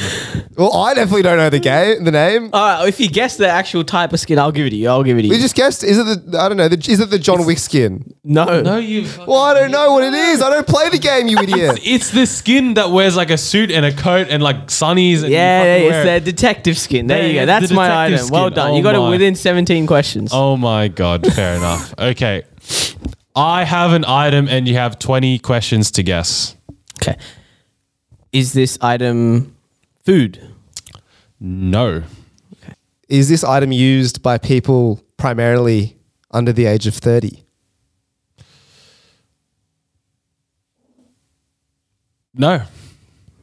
A: Well, I definitely don't know the game. The name.
B: All right, if you guess the actual type of skin, I'll give it to you. I'll give it to you.
A: We just guessed. Is it the? I don't know. The, is it the John Wick skin?
B: no.
D: No, you. fucking-
A: Well, I don't know what it is. I don't play the game, you idiot.
D: It's the skin that wears like a suit and a coat and like sunnies. And you
B: Yeah,
D: fucking
B: yeah,
D: wear
B: it's
D: it.
B: the detective skin. There
D: Yeah,
B: you
D: yeah,
B: go.
D: the
B: That's my
D: detective
B: item. Well
D: skin.
B: done.
D: Oh
B: you got
D: my.
B: it within 17 questions.
D: Oh my god, fair enough. Okay. I have an item and you have 20 questions to guess.
B: Okay. Is this item food?
D: No.
A: Is this item used by people primarily under the age of thirty?
D: No.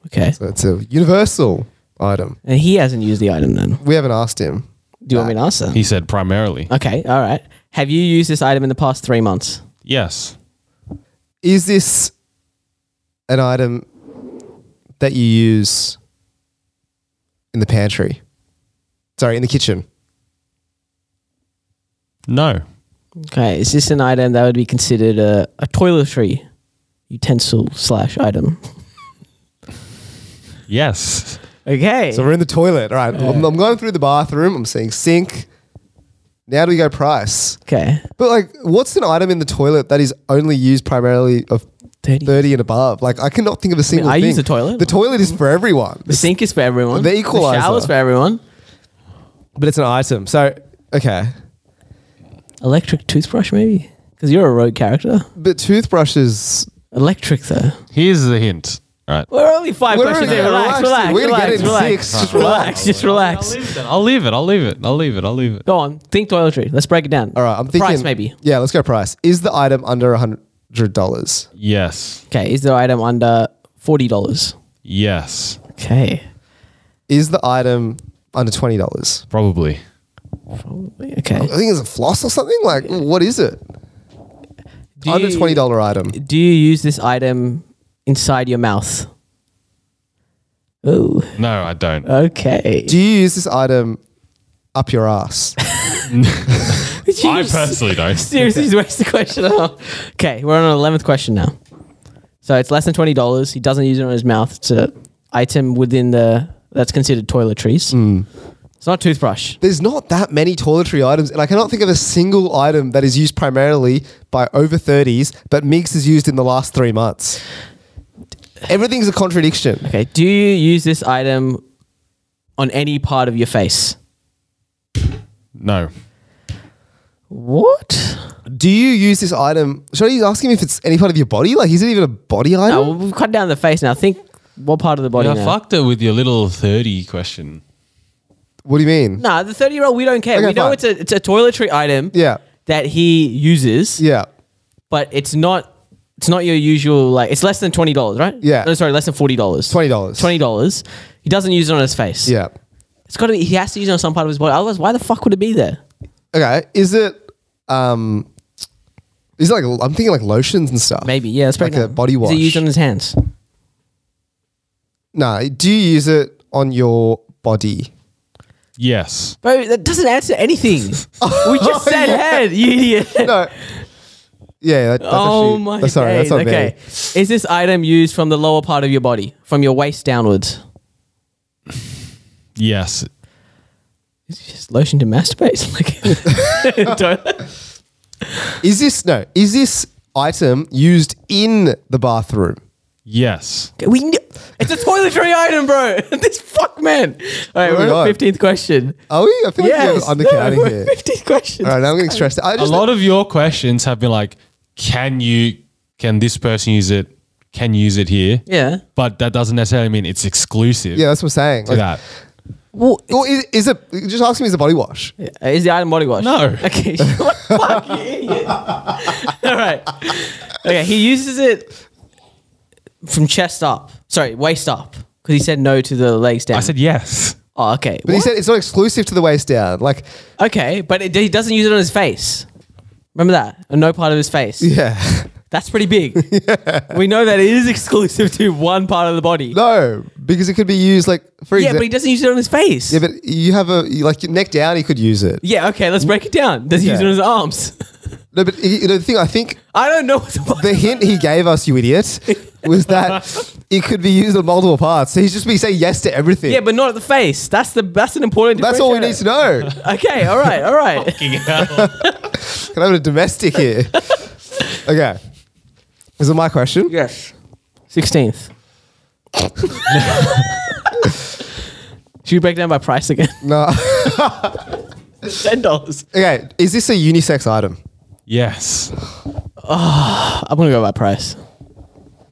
B: Okay.
A: So it's a universal item.
B: And he hasn't used the item then.
A: We haven't asked him.
B: Do you want me to answer?
D: He said primarily.
B: Okay, all right. Have you used this item in the past three months?
D: Yes.
A: Is this an item that you use in the pantry? Sorry, in the kitchen.
D: No.
B: Okay, is this an item that would be considered a, a toiletry utensil slash item?
D: Yes.
B: Okay.
A: So we're in the toilet. All right. I'm, I'm going through the bathroom. I'm seeing sink. Now do we go price?
B: okay.
A: But like, what's an item in the toilet that is only used primarily of
B: 30.
A: 30 and above? Like, I cannot think of a single
B: I
A: thing.
B: use the toilet.
A: The toilet is for everyone,
B: The sink is for everyone.
A: The
B: The
A: equalizer.
B: shower's for everyone.
A: but it's an item. So, okay.
B: Electric toothbrush, maybe? Because you're a rogue character.
A: But toothbrushes.
B: Electric, though.
D: Here's the hint. All right.
B: We're only 5
A: We're
B: questions
A: only-
B: in. Relax,
A: relax,
B: relax.
A: we're gonna
B: relax,
A: get it in
B: relax,
A: six. Just
B: relax. Just relax.
D: I'll leave it. I'll leave it. I'll leave it. I'll leave it.
B: Go on. Think toiletry. Let's break it down.
A: All right. I'm thinking.
B: Price, maybe.
A: Yeah, let's go price. Is the item under $100?
D: Yes.
B: Okay, is the item under $40?
D: Yes.
B: Okay.
A: Is the item under $20?
D: Probably.
B: Okay.
A: I think it's a floss or something. Like, what is it?
B: Do
A: under
B: you-
A: $20 item.
B: Do you use this item inside your mouth? Oh,
D: No, I don't.
B: okay.
A: Do you use this item up your ass?
D: I personally don't.
B: Seriously, just waste the question. out. Okay, we're on an eleventh question now. So it's less than twenty dollars. He doesn't use it on his mouth. It's a item within the that's considered toiletries.
A: Hmm.
B: It's not a toothbrush.
A: There's not that many toiletry items, and I cannot think of a single item that is used primarily by over 30s, but Meeks is used in the last three months. Everything's a contradiction.
B: Okay. Do you use this item on any part of your face?
D: No.
B: What?
A: Do you use this item? Should I ask him if it's any part of your body? Like, is it even a body item?
B: No, we've cut down the face now. Think what part of the body?
D: Yeah,
B: now?
D: fucked it with your little 30 question.
A: What do you mean?
B: Nah, the thirty year old. We don't care.
A: Okay,
B: we know
A: fine.
B: it's a it's a toiletry item.
A: Yeah.
B: That he uses.
A: Yeah.
B: but it's not it's not your usual like it's less than twenty dollars, right?
A: Yeah.
B: No, sorry, less than forty dollars.
A: $20.
B: Twenty dollars. He doesn't use it on his face.
A: Yeah.
B: It's gotta be he has to use it on some part of his body. Otherwise, why the fuck would it be there?
A: Okay. Is it, um, is it like, I'm thinking like lotions and stuff.
B: Maybe, yeah, that's pretty
A: Ah, Like a
B: dumb.
A: body
B: Is
A: wash.
B: it used on his hands?
A: No. Do you use it on your body?
D: Yes.
B: Bro, that doesn't answer anything. we just said
A: Oh, yeah.
B: head, you idiot.
A: No. Yeah. That, that's
B: oh
A: actually,
B: my
A: that's, Sorry. That's
B: days.
A: not
B: okay.
A: me.
B: Is this item used from the lower part of your body? From your waist downwards?
D: Yes.
B: Is it just lotion to masturbate? Like don't-
A: Is this no? Is this item used in the bathroom?
D: Yes.
B: We kn- it's a toiletry item, bro. this fuck man. All right,
A: Moving
B: we're on
A: on.
B: fifteenth question.
A: Are we? I feel
B: Yes,
A: like
B: no,
A: we're undercounting
B: we're
A: here.
B: Fifteen questions.
A: All right, now I'm getting stressed. out. I
D: A
A: just
D: lot of your questions have been like, can you, can this person use it? Can you use it here?
B: Yeah.
D: But that doesn't necessarily mean it's exclusive
A: yeah, that's what I'm saying.
D: to
A: Like,
D: that.
B: Well,
A: well, is, is it? Just ask me. Is a body wash?
B: is the item body wash?
D: No.
B: Okay. what the fuck, you idiot. All right. Okay, he uses it from chest up. Sorry, waist up. Because he said no to the legs down.
D: I said yes.
B: Oh, okay.
A: But he
B: What?
A: said it's not exclusive to the waist down. Like,
B: okay, but it, he doesn't use it on his face. Remember that? On no part of his face.
A: yeah,
B: That's pretty big. We know that it is exclusive to one part of the body.
A: no, because it could be used like for
B: yeah,
A: example.
B: but he doesn't use it on his face.
A: yeah, but you have a you- like your neck down. He could use it.
B: Yeah, okay, let's break it down. Does he use it
A: Yeah.
B: on his arms?
A: No, but he- you know, the thing I think
B: I don't know what the fuck.
A: the hint he gave us, you idiot, was that it could be used on multiple parts. So he's just been saying yes to everything.
B: yeah, but not at the face. That's the that's an important.
A: that's all we need to know.
B: differentiator. Okay, all right, all right.
A: Can I have a domestic here? okay. Is it my question?
B: yes. Sixteenth. Should we break down by price again?
A: No.
B: Ten dollars.
A: okay. Is this a unisex item?
D: Yes.
B: I'm gonna go by price.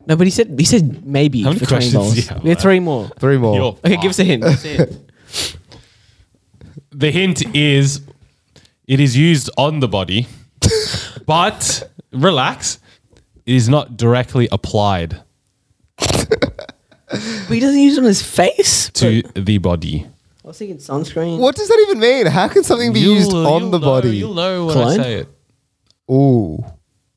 B: No, but he said he said maybe
D: How many
B: for twenty
D: questions?
B: dollars.
D: Yeah,
B: we had
D: right.
B: three more.
A: Three more.
D: You're
B: Okay, give us a hint. Give us a hint.
D: The hint is it is used on the body, but relax, it is not directly applied
B: But he doesn't use it on his face.
D: to the body.
B: I was thinking sunscreen.
A: What does that even mean? How can something be used on the body?
D: You'll know when
B: Cologne?
D: I say it.
A: Ooh.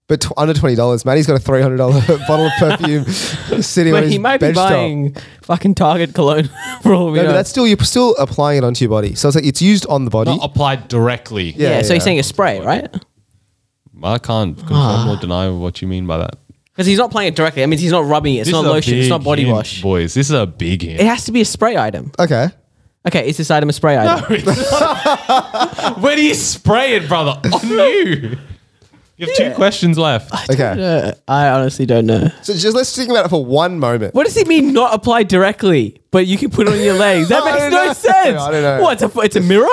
A: But tw- under twenty dollars, Maddie's got a three hundred dollar bottle of perfume sitting on
B: But
A: his
B: he might be
A: bench top.
B: buying fucking Target cologne for all we
A: No,
B: know.
A: but that's still you're still applying it onto your body. So it's like it's used on the body.
D: Not applied directly.
B: yeah,
A: Yeah,
B: so he's
A: yeah.
B: saying a spray, right?
D: I can't confirm
B: Ah.
D: or deny what you mean by that.
B: Because he's not playing it directly. I mean, he's not rubbing it. It's
D: This
B: not
D: is a
B: lotion. It's
D: big
B: not body
D: hint,
B: wash.
D: Boys, this is a big hint.
B: It has to be a spray item.
A: okay.
B: Okay, is this item a spray item?
D: Where do you spray it, brother? On you. You have two questions left.
A: Okay.
B: Uh, I honestly don't know.
A: So just let's think about it for one moment.
B: What does he mean not apply directly, but you can put it on your legs? That
A: I
B: makes
A: don't
B: no
A: know.
B: sense.
A: I don't know.
B: What? It's a, it's a mirror?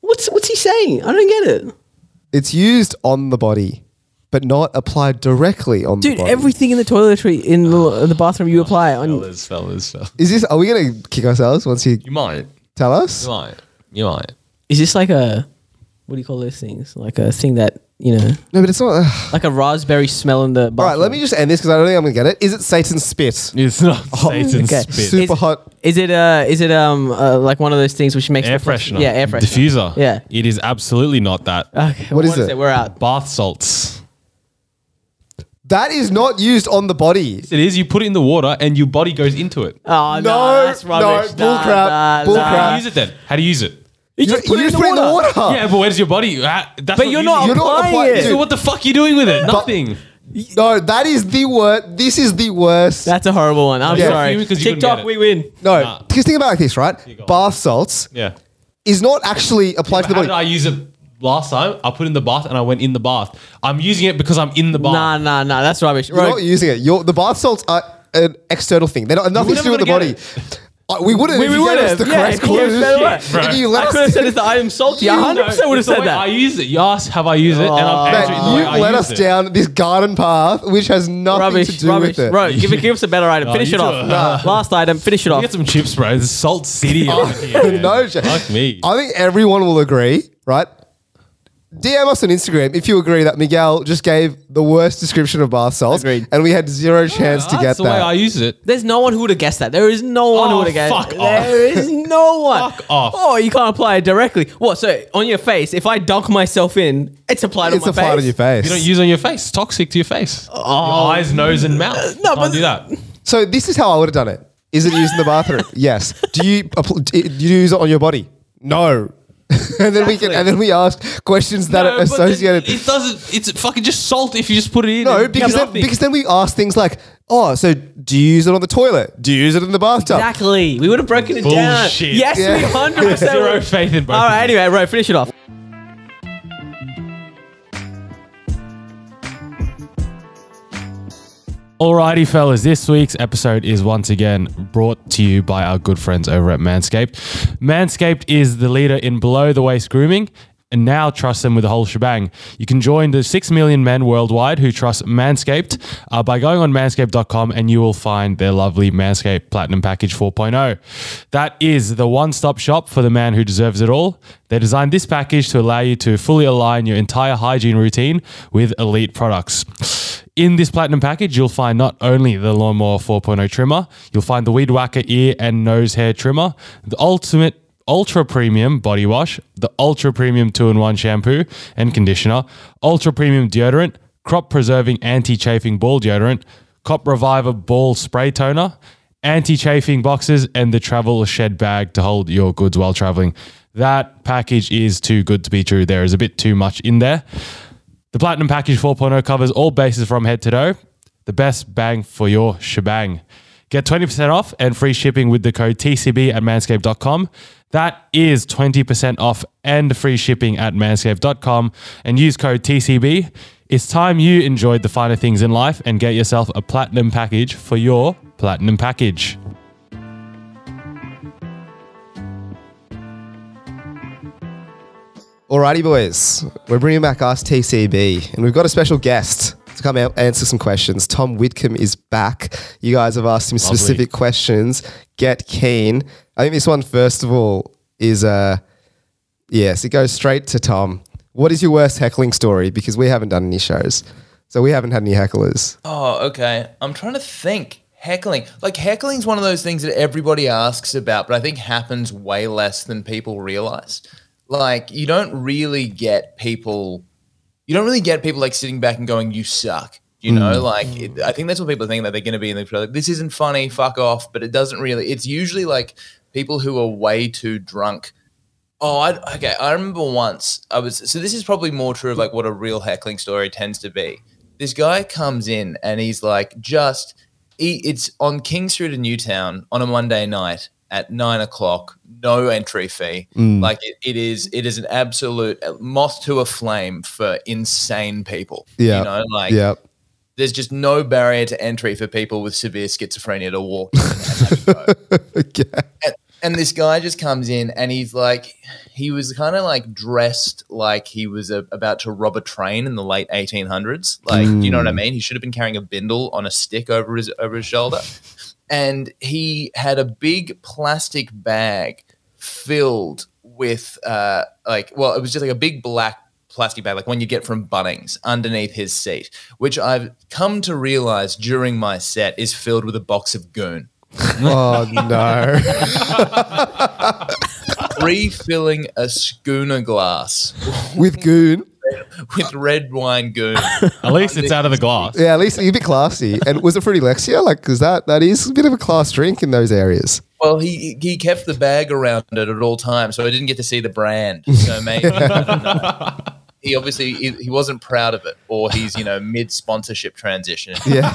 B: What's what's he saying? I don't get it.
A: It's used on the body, but not applied directly on the
B: Dude,
A: body.
B: everything in the toiletry in the, in the bathroom you apply on
D: Fellas, fellas, fellas.
A: is this? Are we gonna kick ourselves once you
D: You might.
A: tell us?
D: You might. You might.
B: Is this like a what do you call those things? Like a thing that you know,
A: No, but it's not.
B: like a raspberry smell in the.
A: All right, let me just end this because I don't think I'm gonna get it. Is it Satan's spit?
D: It's not Satan's
B: Oh, okay.
D: spit.
A: Super
B: Is-
A: hot.
B: Is it uh? Is it um? Uh, like one of those things which makes
D: Air
B: the plastic-
D: freshener.
B: Yeah, air freshener.
D: Diffuser.
B: Yeah. Uh-huh.
D: It is absolutely not that.
B: Okay,
A: What is it?
B: We're out.
D: Bath salts.
A: That is not used on the body.
D: It is you put it in the water and your body goes into it.
B: Oh, no,
A: No,
B: that's rubbish.
A: no, bull crap, bull
D: How
A: crap.
B: Uh-huh.
D: do you use it then? How do you use it?
A: You
B: You just put
A: you
B: it in
A: just put it
B: the water.
D: yeah, but where's your body? Ah, That's
B: But
D: what
B: you're
D: you
B: not
D: use.
A: You're not
B: applying
A: applying-
B: it.
D: So what the fuck are you doing with it? Nothing.
A: No, that is the worst. This is the worst.
B: That's a horrible one. I'm
A: Yeah.
B: sorry.
D: You- 'cause you couldn't
B: TikTok,
D: get it.
B: we win.
A: no,
D: Nah.
A: because think about it like this, right?
D: go on.
A: Bath salts
D: Yeah.
A: is not actually applied to the
D: How did
A: body.
D: I use it last time? I put it in the bath and I went in the bath. I'm using it because I'm in the bath.
B: Nah, nah, nah. That's rubbish.
A: You're
B: Right.
A: not using it. You're, the bath salts are an external thing. They're not nothing to do with
D: never
A: the
D: gonna
A: body. Uh, we wouldn't
B: We-
A: if
B: we
A: you gave
B: would've.
A: us the
B: Yeah,
A: correct
B: if you gave us
A: clues.
B: better
A: If
D: words.
A: you
B: I
A: left
B: could have said it's the I am salty. I
A: You
B: 100 percent would have
D: It's the
B: said
D: way I
B: that.
D: use it. You asked, have I used it? And I'm
B: Oh.
A: Mate,
D: answering the way
A: you
D: I
A: let
D: used
A: us
D: it.
A: down this garden path, which has nothing to
B: Rubbish,
A: do
B: rubbish.
A: with it.
B: Bro, give, it- give us a better item.
D: Nah,
B: Finish
D: you
B: it
D: two
B: off.
D: are- Nah.
B: Last item, finish it
D: You
B: off.
D: Get some chips, bro. It's Salt City. over here, man.
A: no shit.
D: Fuck me.
A: I think everyone will agree, right? DM us on Instagram if you agree that Miguel just gave the worst description of bath salts,
B: Agreed.
A: and we had zero chance to get
D: That's the way I
A: that.
D: use it.
B: There's no one who would have guessed that. There is no one who
D: Oh,
B: would have guessed.
D: fuck
B: There is
D: off.
B: no one.
D: Fuck off.
B: Oh, you can't apply it directly. What? So on your face, if I dunk myself in, it's applied
A: It's
B: on my
A: applied
B: face.
A: on your face.
D: You don't use it on your face. It's toxic to your face. Your eyes, nose, and mouth.
B: No,
D: Can't
B: but-
D: do that.
A: so this is how I would have done it. Is it used in the bathroom? yes. Do you appl- do you use it on your body? No. and then we can,
B: Exactly.
A: and then we ask questions that
D: No,
A: are
D: but
A: associated.
D: It doesn't. It's fucking just salt if you just put it in.
A: No,
D: and
A: because then,
D: nothing.
A: because then we ask things like, oh, so do you use it on the toilet? Do you use it in the bathtub?
B: Exactly. We would have broken it down.
D: Bullshit.
B: Yes,
A: Yeah.
B: we hundred percent.
D: zero faith in both.
B: All
D: of
B: right.
D: you.
B: Anyway, right. Finish it off.
D: Alrighty, fellas, this week's episode is once again brought to you by our good friends over at Manscaped. Manscaped is the leader in below the waist grooming. And now trust them with the whole shebang. You can join the 6 million men worldwide who trust Manscaped uh, by going on manscaped.com and you will find their lovely Manscaped Platinum Package 4.0. That is the one stop shop for the man who deserves it all. They designed this package to allow you to fully align your entire hygiene routine with elite products. In this platinum package, you'll find not only the lawnmower 4.0 trimmer, you'll find the weed whacker ear and nose hair trimmer, the ultimate ultra premium body wash, the ultra premium two in one shampoo and conditioner, ultra premium deodorant, crop preserving anti chafing ball deodorant, cop reviver ball spray toner, anti chafing boxes, and the travel shed bag to hold your goods while traveling. That package is too good to be true. There is a bit too much in there. The Platinum Package 4.0 covers all bases from head to toe. The best bang for your shebang. Get 20% off and free shipping with the code TCB at manscaped.com. That is 20% off and free shipping at manscaped.com and use code TCB. It's time you enjoyed the finer things in life and get yourself a platinum package for your platinum package.
A: Alrighty, boys. We're bringing back Ask TCB, and we've got a special guest to come out answer some questions. Tom Whitcomb is back. You guys have asked him specific questions. Get keen. I think this one, first of all, is uh, yes, it goes straight to Tom. What is your worst heckling story? Because we haven't done any shows, so we haven't had any hecklers.
C: Oh, okay. I'm trying to think. Heckling. Like, heckling's one of those things that everybody asks about, but I think happens way less than people realize. Like, you don't really get people, you don't really get people like sitting back and going, you suck. You know, like, it, I think that's what people think that they're going to be in the like, this isn't funny, fuck off. But it doesn't really, it's usually like people who are way too drunk Oh, I, okay. I remember once I was. So this is probably more true of like what a real heckling story tends to be. This guy comes in and he's like, just he, it's on King Street in Newtown on a Monday night at nine o'clock. No entry fee.
A: Mm.
C: Like it, it is. It is an absolute uh, moth to a flame for insane people.
A: Yeah.
C: you know, like
A: Yep.
C: there's just no barrier to entry for people with severe schizophrenia to walk in and have a go
A: Okay.
C: and, and this guy just comes in and he's like he was kind of like dressed like he was a, about to rob a train in the late 1800s like do you know what i mean he should have been carrying a bindle on a stick over his over his shoulder and he had a big plastic bag filled with uh like well it was just like a big black plastic bag like one you get from Bunnings underneath his seat which I've come to realize during my set is filled with a box of goon
A: Oh no.
C: refilling a schooner glass
A: With goon.
C: with red wine goon.
D: At least it's out of the glass.
A: Yeah, at least you're a bit classy. And was it Fruity Lexia? Like, because that, that is a bit of a class drink in those areas.
C: Well, he he kept the bag around it at all times, so I didn't get to see the brand. So maybe he obviously he, he wasn't proud of it, or he's you know mid sponsorship transition.
A: Yeah.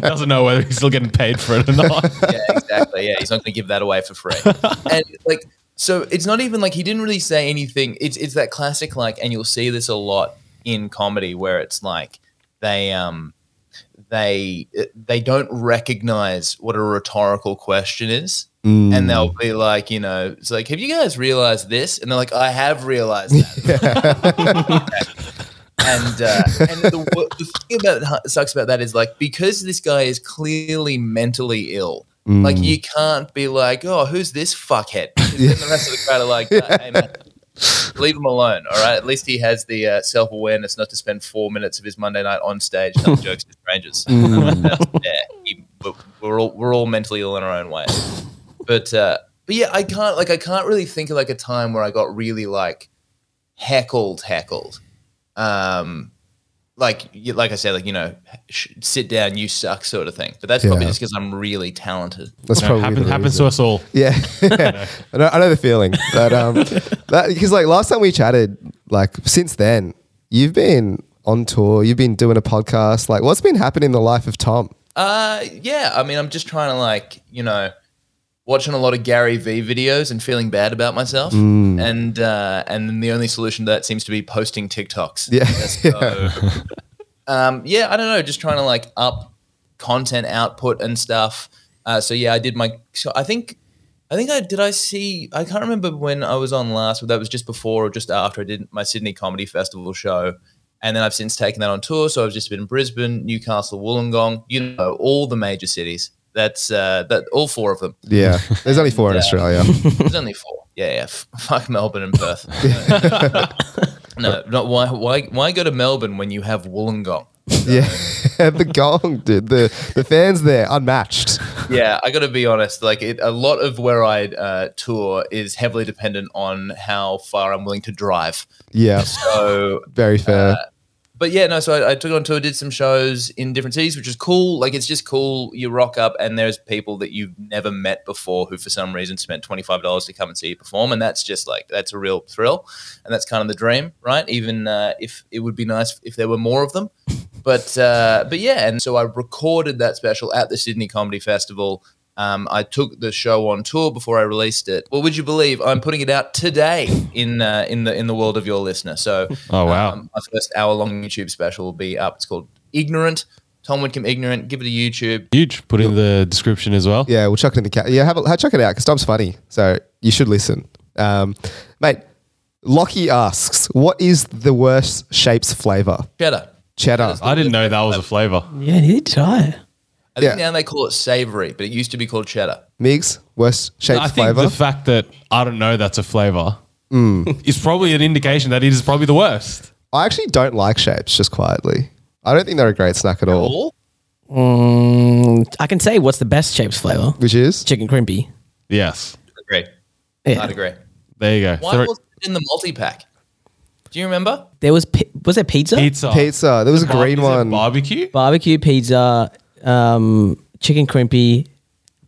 D: Doesn't know whether he's still getting paid for it or not.
C: yeah, exactly. Yeah, he's not going to give that away for free. and like, so it's not even like he didn't really say anything. It's it's that classic like, and you'll see this a lot in comedy where it's like they um they they don't recognize what a rhetorical question is. And they'll be like, you know, it's like, have you guys realized this? And they're like, I have realized that and uh, and the, wo- the thing about that sucks about that is like because this guy is clearly mentally ill. Like you can't be like, oh, who's this fuckhead? And then the rest of the crowd are like, "Uh, hey, man, leave him alone. All right. At least he has the uh, self awareness not to spend four minutes of his Monday night on stage telling jokes to strangers. That's- yeah, he- we're- we're all we're all mentally ill in our own way. But uh, but yeah, I can't like I can't really think of like a time where I got really like heckled, heckled um, like you- like I said, like you know, sh- sit down, you suck, sort of thing. But that's probably
A: Yeah.
C: just because I'm really talented.
A: That's
D: No,
A: probably
D: happen,
A: the
D: happens
A: reason.
D: to us all.
A: Yeah, I, know, I know the feeling. But um, that because like last time we chatted, like since then, you've been on tour, you've been doing a podcast. Like, what's been happening in the life of Tom?
C: Uh, yeah. I mean, I'm just trying to like you know, watching a lot of Gary Vee videos and feeling bad about myself, and uh, and then the only solution to that seems to be posting TikToks.
A: Yeah,
C: um, yeah, I don't know, just trying to like up content output and stuff. Uh, so yeah, I did my. So I think, I think I did. I see. I can't remember when I was on last, but that was just before or just after I did my Sydney Comedy Festival show, and then I've since taken that on tour. So I've just been in Brisbane, Newcastle, Wollongong. You know, all the major cities. That's uh, that all four of them.
A: yeah. There's only four in
C: Yeah.
A: Australia.
C: There's only four. Yeah, yeah. F- fuck Melbourne and Perth. no, not why. Why? Why go to Melbourne when you have Wollongong?
A: yeah, the gong, dude. The the fans there unmatched.
C: yeah, I got to be honest. Like it, a lot of where I uh, tour is heavily dependent on how far I'm willing to drive.
A: Yeah,
C: So,
A: very fair.
C: but yeah, no. So I, I took it on tour, did some shows in different cities, which is cool. Like it's just cool. You rock up, and there's people that you've never met before who, for some reason, spent twenty five dollars to come and see you perform, and that's just like that's a real thrill, and that's kind of the dream, right? Even uh, if it would be nice if there were more of them. But uh, but yeah, and so I recorded that special at the Sydney Comedy Festival. Um, I took the show on tour before I released it. Well, would you believe I'm putting it out today in uh, in the in the world of your listener? So um,
D: Oh, wow.
C: my first hour long YouTube special will be up. It's called Ignorant. Tom Woodcomb Ignorant. Give it a YouTube.
D: Huge. Put in the description as well.
A: Yeah, we'll chuck it in the cat. Yeah, have a, ha- check it out because Dom's funny, so you should listen, um, mate. Lockie asks, "What is the worst shapes flavor?"
C: Cheddar.
A: Cheddar.
D: I didn't know that was a flavor.
B: Yeah, neither did I.
C: I think
A: Yeah.
C: now they call it savory, but it used to be called cheddar.
A: Migs, worst shapes
D: I think
A: flavor.
D: the fact that I don't know that's a flavor
A: Mm.
D: is probably an indication that it is probably the worst.
A: I actually don't like shapes, just quietly. I don't think they're a great snack at all.
C: Or
B: Mm, I can say what's the best shapes flavor?
A: Which is
B: Chicken crimpy.
D: Yes.
C: agree. I'd
B: Yeah.
C: agree.
D: There you go.
C: Why
D: Throw-
C: was it in the multi pack? Do you remember?
B: There was pi- was there pizza?
D: pizza.
A: pizza. There was a
D: Bar-
A: green
D: is it
A: one.
D: Barbecue?
B: Barbecue pizza, um, chicken crimpy.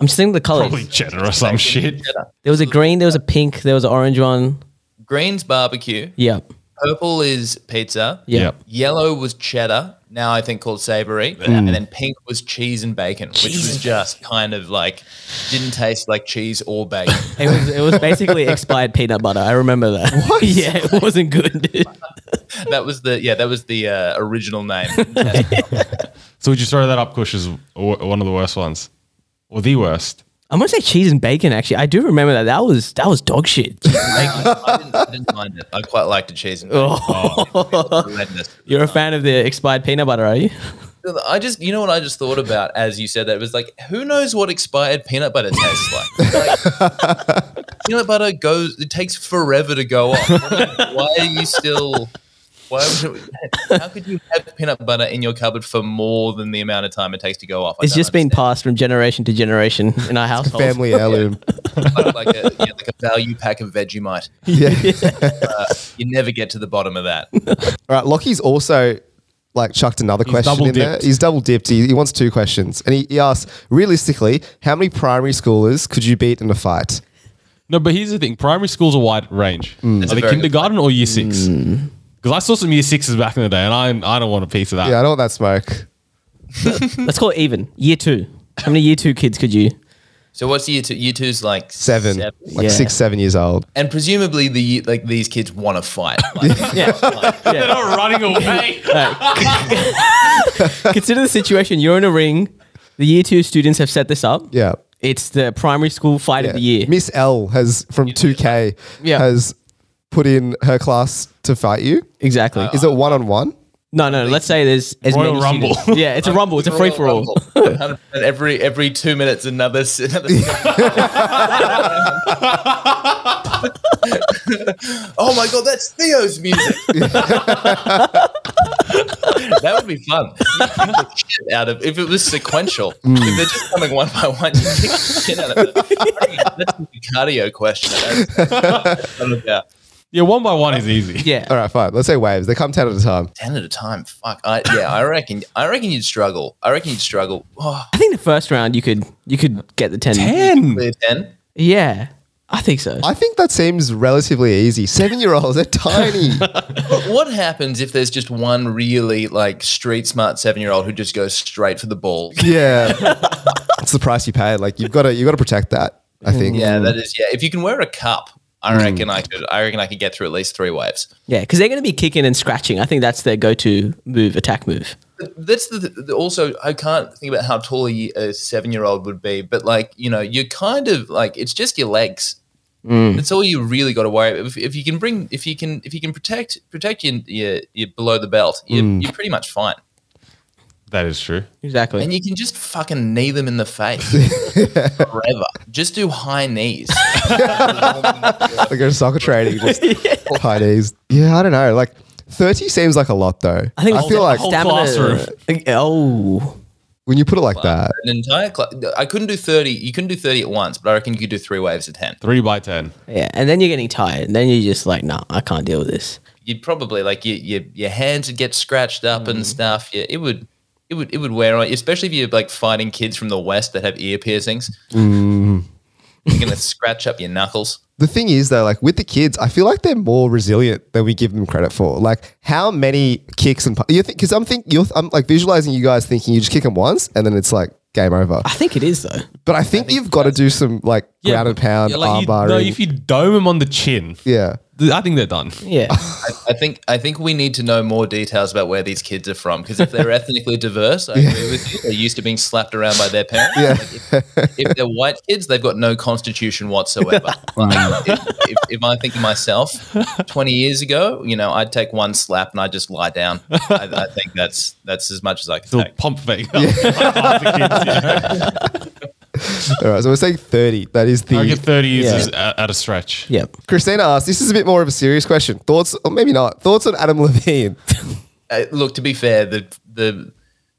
B: I'm just thinking of the
A: Oh.
B: colors.
D: Probably cheddar or some shit.
C: Cheddar.
B: There was a green, there was a pink, there was an orange one.
C: Green's barbecue.
B: Yep.
C: Purple is pizza.
B: Yeah.
D: Yep.
C: Yellow was cheddar, now I think called savory. And then pink was cheese and bacon, which was just kind of like didn't taste like cheese or bacon.
B: It was it was basically expired peanut butter. I remember that. What? yeah, it wasn't good. dude.
C: that was the yeah, that was the uh, original name.
D: So would you throw that up, Kush, as w- one of the worst ones? Or the worst?
B: I'm gonna say cheese and bacon. Actually, I do remember that. That was that was dog shit.
C: I, I didn't, I didn't mind it. I quite liked the cheese and bacon.
B: Oh.
C: Horrendous.
B: You're a fan of the expired peanut butter, are you?
C: I just, you know what I just thought about as you said that? It was like, who knows what expired peanut butter tastes like? Like, peanut butter goes, it takes forever to go off. Why are you still, why would, how could you have peanut butter in your cupboard for more than the amount of time it takes to go off? I
B: It's
C: don't
B: just been
C: understand.
B: passed from generation to generation in our household.
A: Family heirloom.
C: Like, like a, yeah, like a value pack of Vegemite.
A: yeah.
C: Uh, You never get to the bottom of that.
A: All right, Lockie's also like chucked another question
D: double
A: in there.
D: dipped.
A: He's double dipped. He, he wants two questions, and he, he asks realistically, how many primary schoolers could you beat in a fight?
D: No, but here's the thing: primary school's a wide range.
A: Mm.
C: That's
D: Are
C: a
D: they
C: very good
D: kindergarten or year six? Because I saw some year sixes back in the day, and I I don't want a piece of that.
A: Yeah, I don't want that smoke.
B: Let's call it even. Year two. How many year two kids could you?
C: So what's year two? Year two's like
A: Seven, like
B: Yeah.
A: six, seven years old.
C: and presumably the like these kids want to fight. Like,
D: They're not running away.
B: Consider the situation. You're in a ring. The year two students have set this up.
A: Yeah.
B: It's the primary school fight of the
A: Yeah.
B: year.
A: Miss L has from 2K
B: Yeah.
A: has put in her class to fight you.
B: Exactly.
A: Is it one on one?
B: Uh, no, no. Let's say there's as
D: Royal
B: many
D: Rumble.
B: students. Yeah, it's a rumble. It's a free for all.
C: 100% Every every two minutes, another. s- another oh my god, that's Theo's music. that would be fun. You kick the shit out of if it was sequential.
B: Mm.
C: If they're just coming one by one, you kick the shit out of them. That's a cardio question. That's, that's what it's about.
D: yeah, one by one is easy.
B: Yeah.
A: All right, fine. Let's say waves. They come ten at a time.
C: Ten at a time. Fuck. I, yeah, I reckon. I reckon you'd struggle. I reckon you'd struggle. Oh,
B: I think the first round you could you could get the ten.
D: Ten.
C: clear ten.
B: Yeah, I think so.
A: I think that seems relatively easy. Seven year olds, they're tiny.
C: But what happens if there's just one really like street smart seven year old who just goes straight for the ball?
A: yeah. It's the price you pay. Like you've got to you've got to protect that, I think.
C: Yeah, that is. Yeah, if you can wear a cup, I reckon I could. I reckon I could get through at least three waves.
B: Yeah, because they're going to be kicking and scratching. I think that's their go-to move, attack move.
C: But That's the, the also. I can't think about how tall a, a seven year old would be, but like you know, you're kind of like it's just your legs. That's all you really got to worry. About. If, if you can bring, if you can, if you can protect protect your your, your below the belt, you're, you're pretty much fine.
D: That is true.
B: Exactly.
C: And you can just fucking knee them in the face forever. Just do high knees.
A: They go to soccer training, just tinies. Yeah, I don't know. Like thirty seems like a lot though. I
B: think
A: I
B: all
A: feel
B: the-
A: like
D: whole classroom.
B: Oh,
A: when you put it like that,
C: An entire cla I couldn't do 30. You couldn't do 30 at once, but I reckon you could do three waves of 10.
D: Three by ten.
B: yeah. And then you're getting tired, and then you're just like, nah, I can't deal with this.
C: You'd probably like your your, your hands would get scratched up and stuff. Yeah, it would it would it would wear on you, especially if you're like fighting kids from the west that have ear piercings. You're gonna scratch up your knuckles.
A: the thing is though, like with the kids, I feel like they're more resilient than we give them credit for. Like how many kicks and pu- you think? Because I'm think you're I'm like visualizing you guys thinking you just kick them once and then it's like game over.
B: I think it is though.
A: But I think, you've got to do some like ground and pound
D: Yeah, like you-
A: armbar.
D: no,
A: and-
D: if you dome them on the chin,
A: yeah.
D: th- I think they're done.
B: Yeah.
C: I, I think I think we need to know more details about where these kids are from because if they're ethnically diverse, I agree with you. They're used to being slapped around by their parents.
A: Yeah.
C: Like, if, if they're white kids, they've got no constitution whatsoever. Like, if, if, if I think of myself, twenty years ago, you know, I'd take one slap and I would just lie down. I, I think that's that's as much as I can
D: Still
C: take.
D: pump fake. I
A: All right. So we're saying 30. That is the.
D: get thirty years
B: Yeah.
D: is a- at a stretch.
B: yeah.
A: Christina asked, this is a bit more of a serious question. Thoughts, or maybe not, thoughts on Adam Levine?
C: Uh, look, to be fair, the the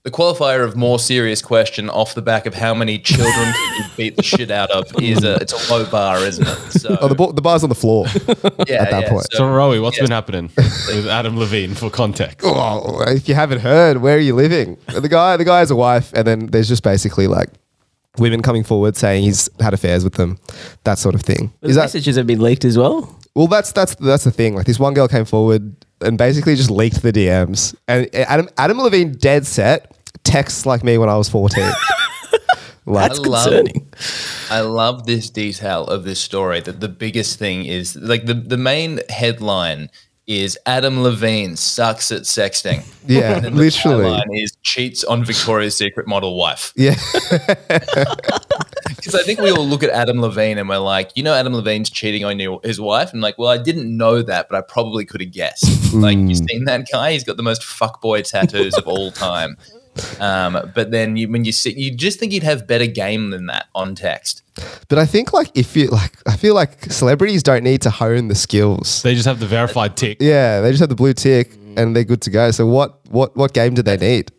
C: the qualifier of more serious question off the back of how many children you beat the shit out of is a it's a low bar, isn't it? So
A: oh, the, ball, the bar's on the floor.
C: yeah,
A: at that point.
D: So,
C: So,
D: Rowie, what's been happening with Adam Levine for context?
A: oh, if you haven't heard, where are you living? The guy, the guy has a wife, and then there's just basically like women coming forward saying he's had affairs with them, that sort of thing.
B: The
A: Is that,
B: messages have been leaked as well.
A: well, that's, that's, that's the thing. Like this one girl came forward and basically just leaked the DMs. And eh, Adam, Adam Levine, dead set, texts like me when I was 14. like,
B: That's
C: I love-
B: concerning.
C: I love this detail of this story that the biggest thing is like the, the main headline is Adam Levine sucks at sexting.
A: yeah,
C: And the
A: literally.
C: byline is cheats on Victoria's Secret model wife.
A: Yeah.
C: Because I think we all look at Adam Levine and we're like, you know, Adam Levine's cheating on your, his wife. And like, well, I didn't know that, but I probably could have guessed.
A: Hmm.
C: Like, you've seen that guy? He's got the most fuckboy tattoos of all time. Um, but then you, when you see, you just think he'd have better game than that on text.
A: But I think like if you like, I feel like celebrities don't need to hone the skills.
D: They just have the verified tick.
A: Yeah, they just have the blue tick and they're good to go. So what what what game do they need?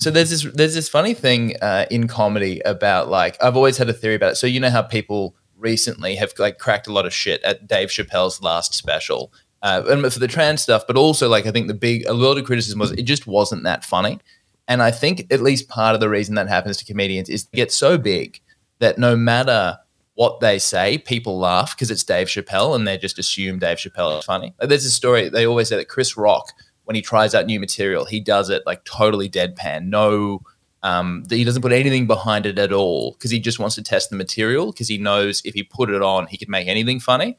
C: So there's this there's this funny thing uh, in comedy about like I've always had a theory about it. So you know how people recently have like cracked a lot of shit at Dave Chappelle's last special uh, and for the trans stuff, but also like I think the big a lot of criticism was it just wasn't that funny, and I think at least part of the reason that happens to comedians is they get so big that no matter what they say, people laugh because it's Dave Chappelle, and they just assume Dave Chappelle is funny. Like, there's a story they always say that Chris Rock when he tries out new material, he does it like totally deadpan, no. Um, that he doesn't put anything behind it at all because he just wants to test the material because he knows if he put it on, he could make anything funny.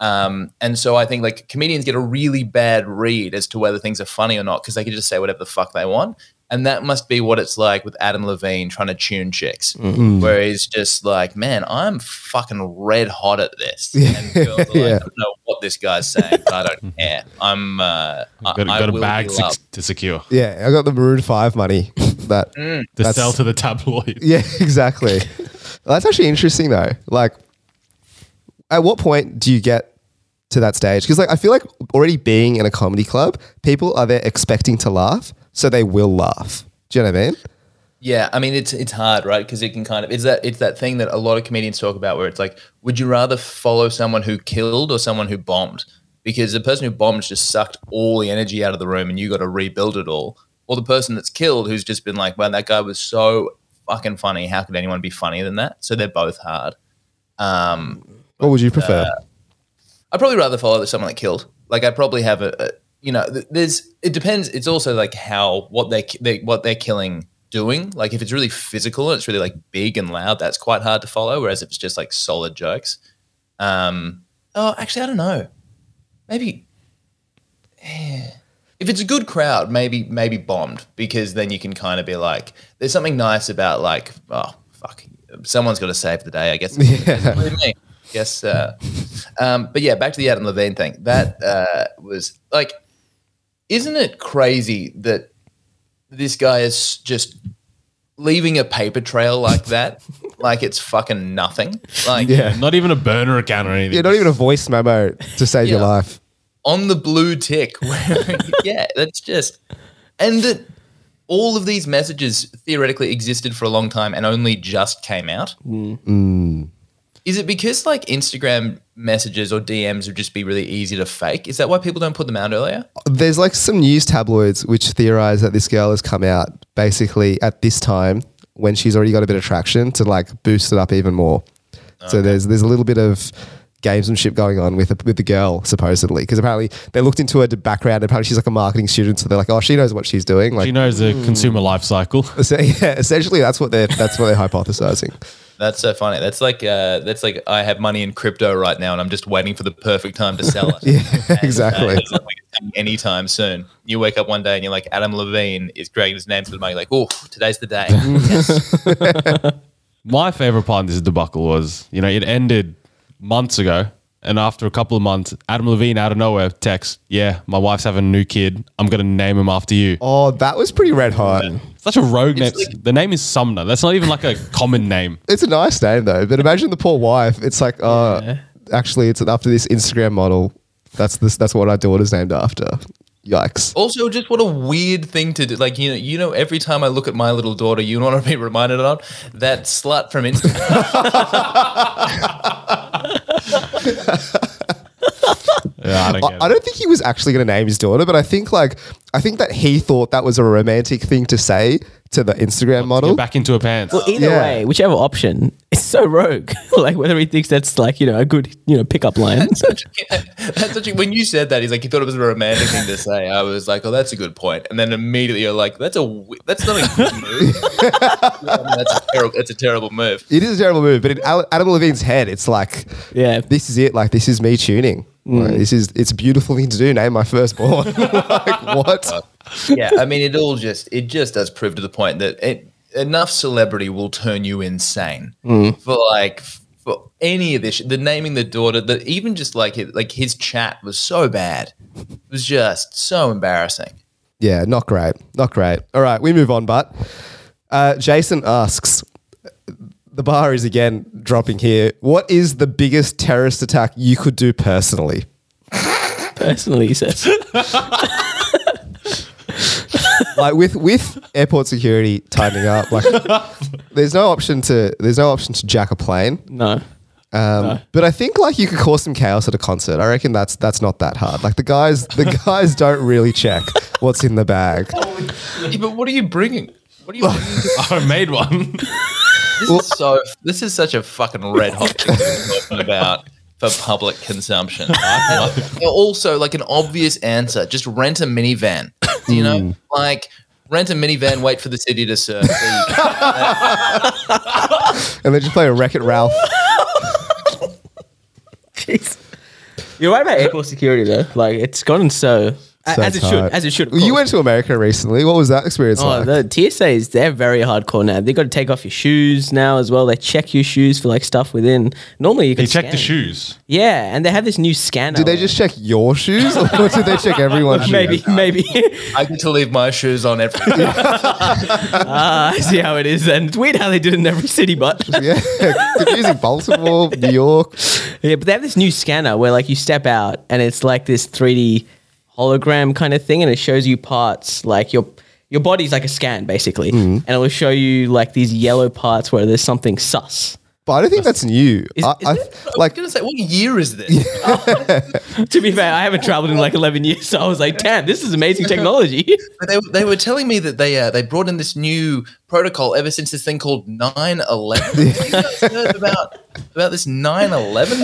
C: Um, and so I think like comedians get a really bad read as to whether things are funny or not because they can just say whatever the fuck they want. And that must be what it's like with Adam Levine trying to tune chicks, where he's just like, man, I'm fucking red hot at this. And girls are like, I don't know what this guy's saying, but I don't care. I'm, uh, I,
D: Got,
C: I
D: got a
C: will
D: bag
C: heal
D: sec-
C: up.
D: to secure
A: Yeah, I got the Maroon Five money. That
D: to
A: That's-
D: sell to the tabloid.
A: yeah, exactly. That's actually interesting though. Like, at what point do you get to that stage? Because like I feel like already being in a comedy club, people are there expecting to laugh, so they will laugh. Do you know what I mean?
C: Yeah, I mean it's it's hard, right? Because it can kind of it's that it's that thing that a lot of comedians talk about where it's like, would you rather follow someone who killed or someone who bombed? Because the person who bombed just sucked all the energy out of the room and you got to rebuild it all. Or the person that's killed who's just been like, wow, that guy was so fucking funny. How could anyone be funnier than that? So they're both hard.
A: What would you prefer?
C: I'd probably rather follow that someone that killed. Like I'd probably have a, a you know, th- there's it depends. It's also like how what they, they what they're killing doing. Like if it's really physical and it's really like big and loud, that's quite hard to follow. Whereas if it's just like solid jokes, um, oh, actually I don't know. Maybe if it's a good crowd, maybe maybe bombed because then you can kind of be like, there's something nice about like, oh fuck, someone's got to save the day, I guess.
A: yeah.
C: Believe me. Yes. Uh, um, but yeah, back to the Adam Levine thing. That uh, was like, isn't it crazy that this guy is just leaving a paper trail like that? like it's fucking nothing. Like
A: Yeah.
D: Not even a burner account or anything.
A: Yeah, not even a voice memo to save your
C: Yeah.
A: life.
C: on the blue tick. Where, yeah, that's just. And that all of these messages theoretically existed for a long time and only just came out. Is it because like Instagram messages or DMs would just be really easy to fake? Is that why people don't put them out earlier?
A: There's like some news tabloids which theorize that this girl has come out basically at this time when she's already got a bit of traction to like boost it up even more. So there's there's a little bit of gamesmanship going on with with the girl supposedly because apparently they looked into her background. Apparently she's like a marketing student, so they're like, oh, she knows what she's doing.
D: She
A: Like,
D: knows the consumer life cycle.
A: so, yeah, essentially that's what they're that's what they're hypothesizing.
C: That's so funny. That's like uh, that's like I have money in crypto right now, and I'm just waiting for the perfect time to sell it. yeah,
A: exactly.
C: anytime soon. You wake up one day and you're like, Adam Levine is dragging his name to the mic. Like, oh, today's the day.
D: My favorite part of this debacle was, you know, it ended months ago. And after a couple of months, Adam Levine out of nowhere texts, Yeah, my wife's having a new kid. I'm going to name him after you.
A: Oh, that was pretty red hot.
D: Such a rogue name.
C: It's like-
D: the name is Sumner. That's not even like a common name.
A: It's a nice name though, but imagine the poor wife. It's like, oh, actually, it's after this Instagram model. That's this. That's what our daughter's named after. Yikes.
D: Oh,
C: Also, just what a weird thing to do. Like, you know, you know, every time I look at my little daughter, you know what I've been reminded of? That slut from Instagram.
D: Yeah, I don't
A: I,
D: get
A: I
D: it.
A: don't think he was actually going to name his daughter, but I think like I think that he thought that was a romantic thing to say to the Instagram model.
D: Get back into her pants.
B: Well, either
A: Yeah.
B: way, whichever option, it's so rogue. like whether he thinks that's like you know a good you know pickup line.
C: That's actually, when you said that, he's like, he thought it was a romantic thing to say. I was like, oh, that's a good point. And then immediately you're like, that's a w- that's not a good move. that's, a terrible, that's a terrible move.
A: it is a terrible move, but in Al- Adam Levine's head, it's like,
B: Yeah.
A: this is it. Like this is me tuning.
D: Mm.
A: Like, this is it's a beautiful thing to do. Name my firstborn. like
D: Uh,
A: what?
C: yeah, I mean, it all just it just does prove to the point that it, enough celebrity will turn you insane for like for any of this. shit. The naming the daughter, that even just like it, like his chat was so bad, it was just so embarrassing.
A: Yeah, not great. Not great. All right, we move on, but uh, Jason asks the bar is again dropping here. What is the biggest terrorist attack you could do personally?
B: Personally, he says.
A: Like with with airport security tightening up, like there's no option to there's no option to jack a plane.
B: No.
A: Um, But I think like you could cause some chaos at a concert. I reckon that's that's not that hard. Like the guys, the guys don't really check what's in the bag.
C: Yeah, but what are you bringing? What are you bringing? to-
D: I made one.
C: this is so. This is such a fucking red hot thing to be talking about for public consumption. And also, like an obvious answer, just rent a minivan. You know, like rent a minivan, wait for the city to serve. There you go.
A: And they just play a Wreck It Ralph.
B: Jeez. You're right about airport security though. Like it's gotten so,
A: So
B: as it
A: tight.
B: should, as it should. of
A: You
B: course.
A: went to America recently. What was that experience
B: Oh,
A: like?
B: the TSAs, they're very hardcore now. They got to take off your shoes now as well. They check your shoes for like stuff within. Normally you can
D: He checked the
B: scan.
D: shoes.
B: Yeah, and they have this new scanner.
A: did they just check your shoes, or did they check everyone's shoes?
B: maybe maybe?
C: I get to leave my shoes on every.
B: Ah, I see how it is, and it's weird how they did it in every city, but
A: Yeah, confusing Baltimore, New York.
B: yeah. But they have this new scanner where like you step out and it's like this 3D hologram kind of thing, and it shows you parts like your your body's like a scan basically,
A: Mm-hmm.
B: and it will show you like these yellow parts where there's something sus.
A: But I don't think that's new.
B: Is-
A: I,
B: is
A: I,
B: it?
A: like
C: I was gonna say, what year is this?
B: To be fair, I haven't traveled in like 11 years, so I was like, damn, this is amazing technology.
C: But they, they were telling me that they uh, they brought in this new protocol ever since this thing called 9-11. heard about about this 9-11?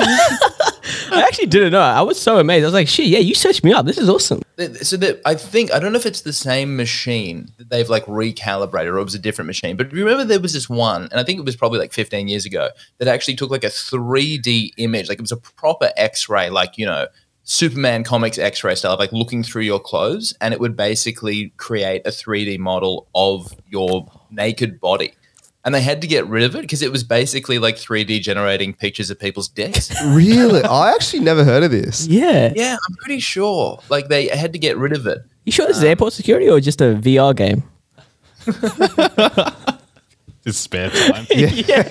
B: I actually didn't know. I was so amazed. I was like, shit, yeah, you searched me up. This is awesome.
C: Th- so that I think I don't know if it's the same machine that they've like recalibrated or it was a different machine. But remember there was this one, and I think it was probably like 15 years ago, that actually took like a 3D image, like it was a proper X-ray, like you know, Superman comics X-ray style, like looking through your clothes, and it would basically create a 3D model of your naked body. And they had to get rid of it because it was basically like 3D generating pictures of people's dicks.
A: really, I actually never heard of this.
B: Yeah.
C: yeah, I'm pretty sure. Like they had to get rid of it.
B: You sure this is airport security or just a VR game?
D: It's spare time. yeah.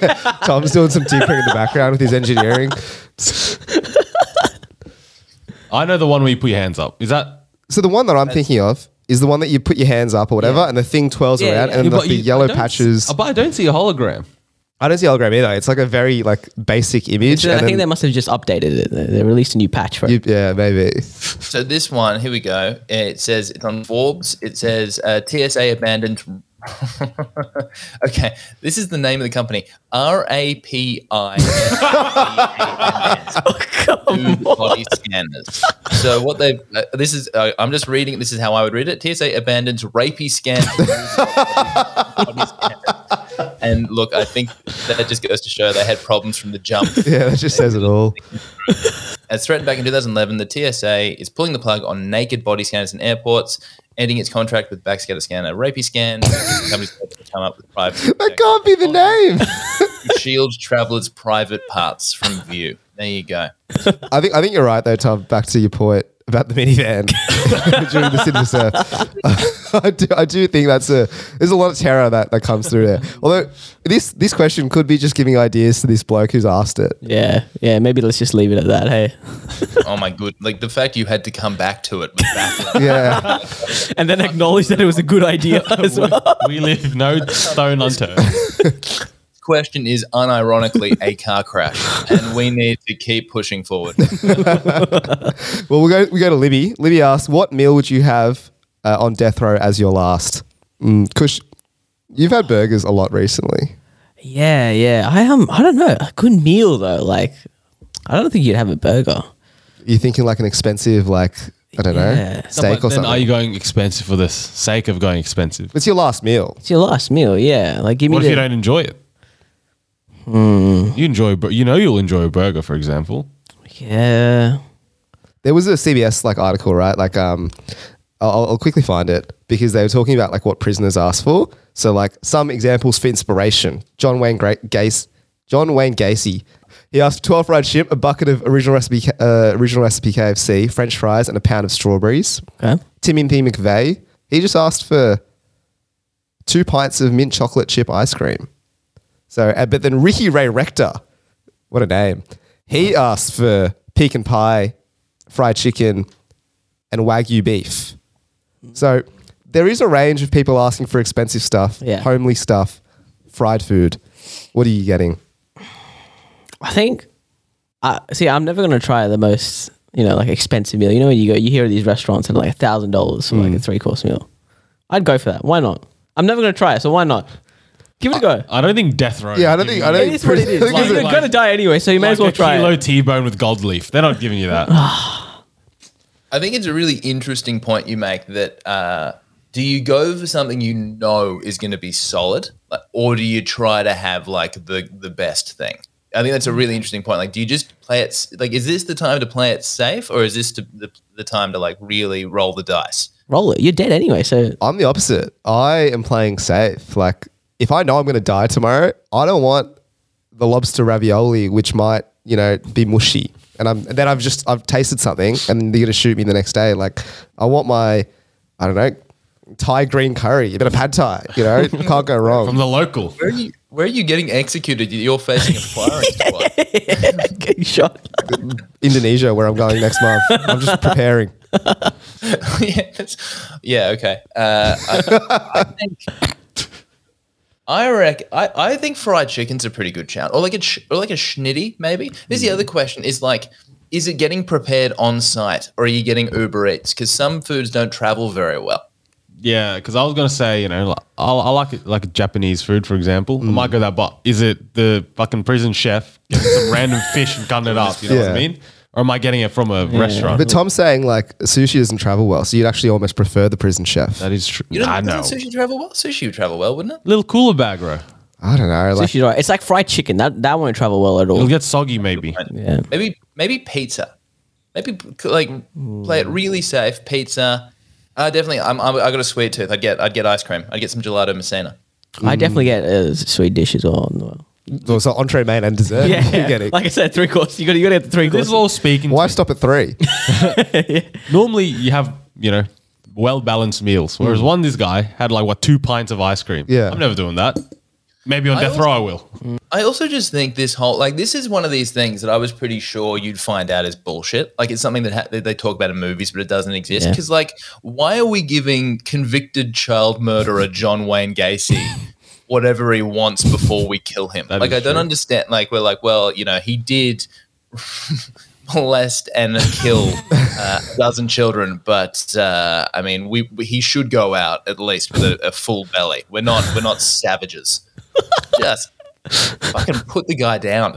A: Tom's doing some tinkering in the background with his engineering.
D: I know the one where you put your hands up. Is that
A: So the one that I'm thinking of is the one that you put your hands up or whatever, and the thing twirls
B: Yeah,
A: around,
B: yeah.
A: and then
D: But
A: the
D: you- I
A: yellow
D: don't-
A: patches.
D: Oh, But I don't see a hologram.
A: I don't see hologram either. It's like a very like basic image.
B: So then I
A: and
B: think they
A: then
B: must have just updated it. They they released a new patch for it.
A: you, yeah, maybe.
C: So this one, here we go. It says it's on Forbes. It says uh, TSA abandoned. okay, this is the name of the company. R A P I
B: Oh, Come on.
C: body scanners. So what they uh, this is uh, I'm just reading. This is how I would read it. TSA abandons rapey scanners. Body scanners. and look, I think that just goes to show they had problems from the jump.
A: Yeah, that just says it all.
C: As threatened back in 2011, the TSA is pulling the plug on naked body scanners in airports, ending its contract with Backscatter Scanner, Rapey Scan. companies have to come up with private
A: That can't be the name.
C: to shield travelers' private parts from view. There you go.
A: I think I think you're right though, Tom. Back to your point about the minivan during the Sydney surf. I do I do think that's a there's a lot of terror that, that comes through there. Although this this question could be just giving ideas to this bloke who's asked it.
B: Yeah. Yeah. Maybe let's just leave it at that. Hey.
C: Oh my good! Like the fact you had to come back to it was baffling.
A: Yeah,
B: And then acknowledge that it was a good idea as well.
D: We leave no stone unturned.
C: This question is unironically a car crash, and we need to keep pushing forward.
A: well we go we go to Libby. Libby asks, "What meal would you have uh, on death row as your last?" Mm, Kush, you've had burgers a lot recently.
B: Yeah. Yeah. I um, I don't know. A good meal though. Like, I don't think you'd have a burger.
A: You're thinking like an expensive like I don't know
B: Yeah.
A: steak or
D: But then
A: something.
D: are you going expensive for the sake of going expensive?
A: it's your last meal.
B: It's your last meal. Yeah. Like, give me
D: What
B: the.
D: if you don't enjoy it?
B: Hmm.
D: You enjoy, bur- you know, you'll enjoy a burger, for example.
B: yeah.
A: there was a CBS like article, right? Like, um, I'll, I'll quickly find it because they were talking about like what prisoners ask for. So like some examples for inspiration: John Wayne Gra- Gacy. John Wayne Gacy. He asked for twelve fried shrimp, a bucket of original recipe, K- uh, original recipe KFC, French fries, and a pound of strawberries.
B: Okay.
A: Timothy McVeigh. He just asked for two pints of mint chocolate chip ice cream. So, uh, but then Ricky Ray Rector, what a name. He asked for pecan pie, fried chicken, and wagyu beef. So there is a range of people asking for expensive stuff,
B: Yeah.
A: homely stuff, fried food. What are you getting?
B: I think I see. I'm never gonna try the most, you know, like expensive meal. You know, when you go, you hear these restaurants and like a thousand dollars for like
D: Mm.
B: a three course meal. I'd go for that. Why not? I'm never gonna try it, so why not? Give it a go.
D: I don't think death row.
A: Yeah, I don't think- I don't
B: It is what it is.
A: I think
B: Like,
D: it's
B: you're
D: like-
B: gonna die anyway, so you may as well try
D: kilo
B: it.
D: T-bone with gold leaf. They're not giving you that.
C: I think it's a really interesting point you make that uh, do you go for something you know is going to be solid like, or do you try to have like the, the best thing? I think that's a really interesting point. Like, do you just play it? s- Like, is this the time to play it safe or is this to, the, the time to like really roll the dice?
B: Roll it. You're dead anyway, so
A: I'm the opposite. I am playing safe. Like if I know I'm going to die tomorrow, I don't want the lobster ravioli, which might you know be mushy, and I'm and then I've just I've tasted something, and they're going to shoot me the next day. Like I want my, I don't know, Thai green curry, a bit of pad Thai. You know, can't go wrong.
D: From the local.
C: Where are you, where are you getting executed? You're facing a firing squad.
B: get shot.
A: Indonesia, where I'm going next month. I'm just preparing.
C: yeah, that's, yeah, okay. Uh, I, I think I reckon I, I think fried chicken's a pretty good challenge, or like a ch- or like a schnitty maybe. This is the other question: is like, is it getting prepared on site, or are you getting Uber Eats? Because some foods don't travel very well.
D: Yeah, because I was gonna say, you know, like, I, I like it, like Japanese food, for example.
B: Hmm.
D: I might go that, but is it the fucking prison chef getting some random fish and cutting it up? You know what I
A: Yeah.
D: mean? Or am I getting it from a restaurant?
A: But Tom's saying like sushi doesn't travel well, so you'd actually almost prefer the prison chef.
D: that is true.
C: You don't
D: I know.
C: doesn't sushi travel well. Sushi would travel well, wouldn't it?
D: Little cooler bag, bro.
A: I don't know. Like
B: Sushi's alright. It's like fried chicken. That that won't travel well at
D: It'll
B: all.
D: get soggy, maybe.
B: Yeah.
C: Maybe maybe pizza. Maybe p- like play it really safe. Pizza. Uh, definitely. I'm, I'm. I got a sweet tooth. I'd get. I'd get ice cream. I'd get some gelato messina.
D: Mm.
B: I definitely get a sweet dish as well.
A: well, so entree, main, and dessert.
B: Yeah,
A: You're getting-
B: like I said, three course. You got to you got to get the three
D: This
B: course.
D: is all speaking. to
A: why
D: me.
A: stop at three?
D: Normally, you have you know well balanced meals, whereas one this guy had like what two pints of ice cream.
A: Hmm. Yeah.
D: I'm never doing that. Maybe on
C: I
D: death
C: also-
D: row I will.
C: I also just think this whole like this is one of these things that I was pretty sure you'd find out is bullshit. Like it's something that, ha- that they talk about in movies, but it doesn't exist.
B: Yeah.
C: Because like, why are we giving convicted child murderer John Wayne Gacy whatever he wants before we kill him?
D: That
C: like
D: is
C: I don't
D: true.
C: understand. Like we're like, well, you know, he did molest and kill uh, a dozen children, but uh, I mean, we he should go out at least with a, a full belly. We're not we're not savages. Just fucking put the guy down.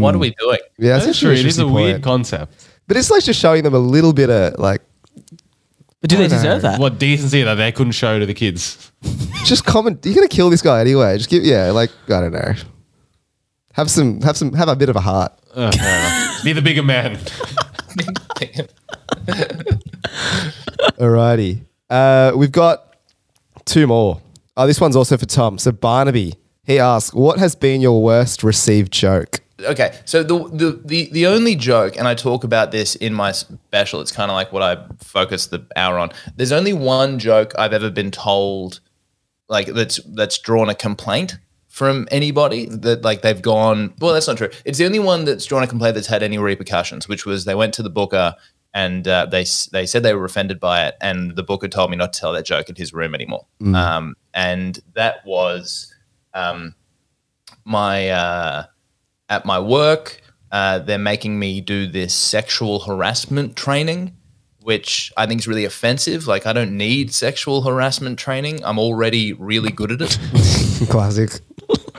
C: What are we doing?
A: Yeah, that's,
D: true. It is a
A: interesting
D: weird
A: point.
D: concept.
A: but it's like just showing them a little bit of like
B: but do
A: I
B: they
A: don't
B: deserve
A: know.
B: that?
D: What decency that they couldn't show to the kids.
A: just common. You're gonna kill this guy anyway. Just give yeah, like I don't know. Have some, have some, have a bit of a heart.
D: Uh, fair enough. Be the bigger man.
A: Alrighty, uh, we've got two more. Oh, this one's also for Tom. So Barnaby, he asks, "What has been your worst received joke?"
C: okay so the, the the the only joke and i talk about this in my special it's kind of like what i focus the hour on there's only one joke i've ever been told like that's that's drawn a complaint from anybody that like they've gone well that's not true it's the only one that's drawn a complaint that's had any repercussions which was they went to the booker and uh, they s- they said they were offended by it and the booker told me not to tell that joke in his room anymore um, and that was um, my uh, at my work. Uh, they're making me do this sexual harassment training, which I think is really offensive. Like, I don't need sexual harassment training. I'm already really good at it.
A: Classic.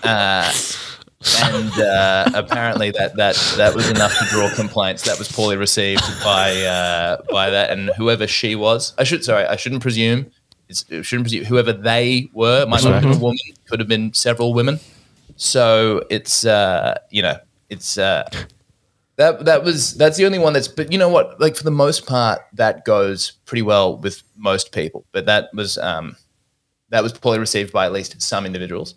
C: And uh, apparently, that, that that was enough to draw complaints. That was poorly received by uh, by that and whoever she was. I should sorry, I shouldn't presume. It's, I shouldn't presume whoever they were. Might not have been a woman. Could have been several women. So it's uh, you know it's uh, that that was that's the only one that's. But you know what? Like for the most part, that goes pretty well with most people. But that was um, that was poorly received by at least some individuals.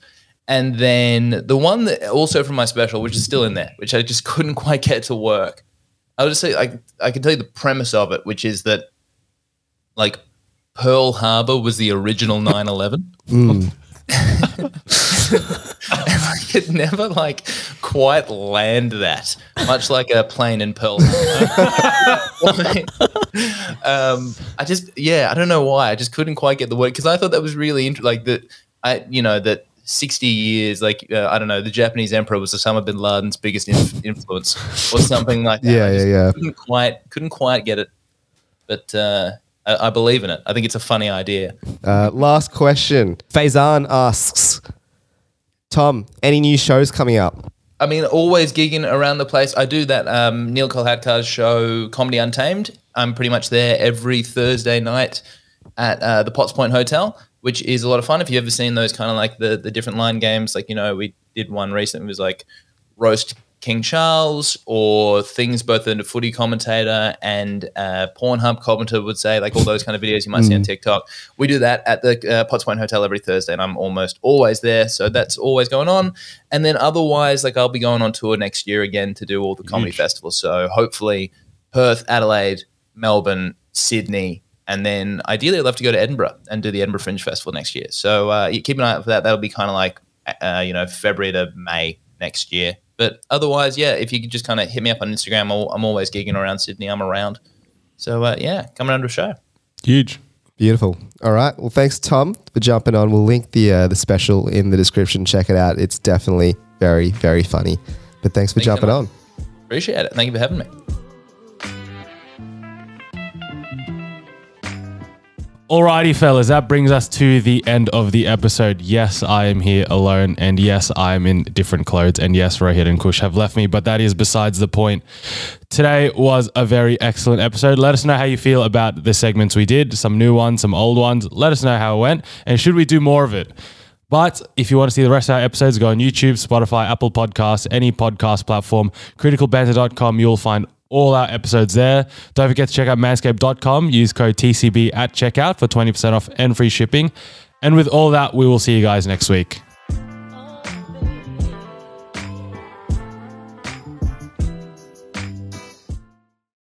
C: And then the one that also from my special, which is still in there, which I just couldn't quite get to work. I'll just say I I can tell you the premise of it, which is that like Pearl Harbor was the original 9-11. I could never like quite land that, much like a plane in Pearl Harbor. um, I just, yeah, I don't know why. I just couldn't quite get the word because I thought that was really interesting. Like that, I, you know, that 60 years, like, uh, I don't know, the Japanese emperor was Osama bin Laden's biggest inf- influence or something like that.
A: Yeah,
C: I
A: yeah,
C: just
A: yeah.
C: Couldn't quite, couldn't quite get it, but uh, I, I believe in it. I think it's a funny idea.
A: Uh, last question. Faizan asks, Tom, any new shows coming up?
C: I mean, always gigging around the place. I do that um, Neil Kolhatkar's show, Comedy Untamed. I'm pretty much there every Thursday night at uh, the Potts Point Hotel, which is a lot of fun. If you've ever seen those kind of like the, the different line games, like, you know, we did one recently, it was like Roast King Charles or things both a footy commentator and uh, Pornhub commentator would say, like all those kind of videos you might see on TikTok. We do that at the uh, Potts Point Hotel every Thursday, and I'm almost always there. So that's always going on. And then otherwise, like I'll be going on tour next year again to do all the comedy festivals. So hopefully, Perth, Adelaide, Melbourne, Sydney. And then ideally, I'd love to go to Edinburgh and do the Edinburgh Fringe Festival next year. So uh, you keep an eye out for that. That'll be kind of like, uh, you know, February to May next year. But otherwise, yeah, if you could just kind of hit me up on Instagram, I'll- I'm always gigging around Sydney. I'm around. So uh, yeah, coming under a show.
D: Huge.
A: Beautiful. All right. Well, thanks, Tom, for jumping on. We'll link the uh, the special in the description. Check it out. It's definitely very, very funny. But thanks for
C: Thanks so
A: jumping
C: much.
A: on.
C: Appreciate it. Thank you for having me.
D: Alrighty, fellas, that brings us to the end of the episode. Yes, I am here alone, and yes, I am in different clothes, and yes, Rohit and Kush have left me, but that is besides the point. Today was a very excellent episode. Let us know how you feel about the segments we did, some new ones, some old ones. Let us know how it went, and should we do more of it? But if you want to see the rest of our episodes, go on YouTube, Spotify, Apple Podcasts, any podcast platform, criticalbanter.com. You'll find all our episodes there. Don't forget to check out manscaped.com. Use code TCB at checkout for 20% off and free shipping. And with all that, we will see you guys next week.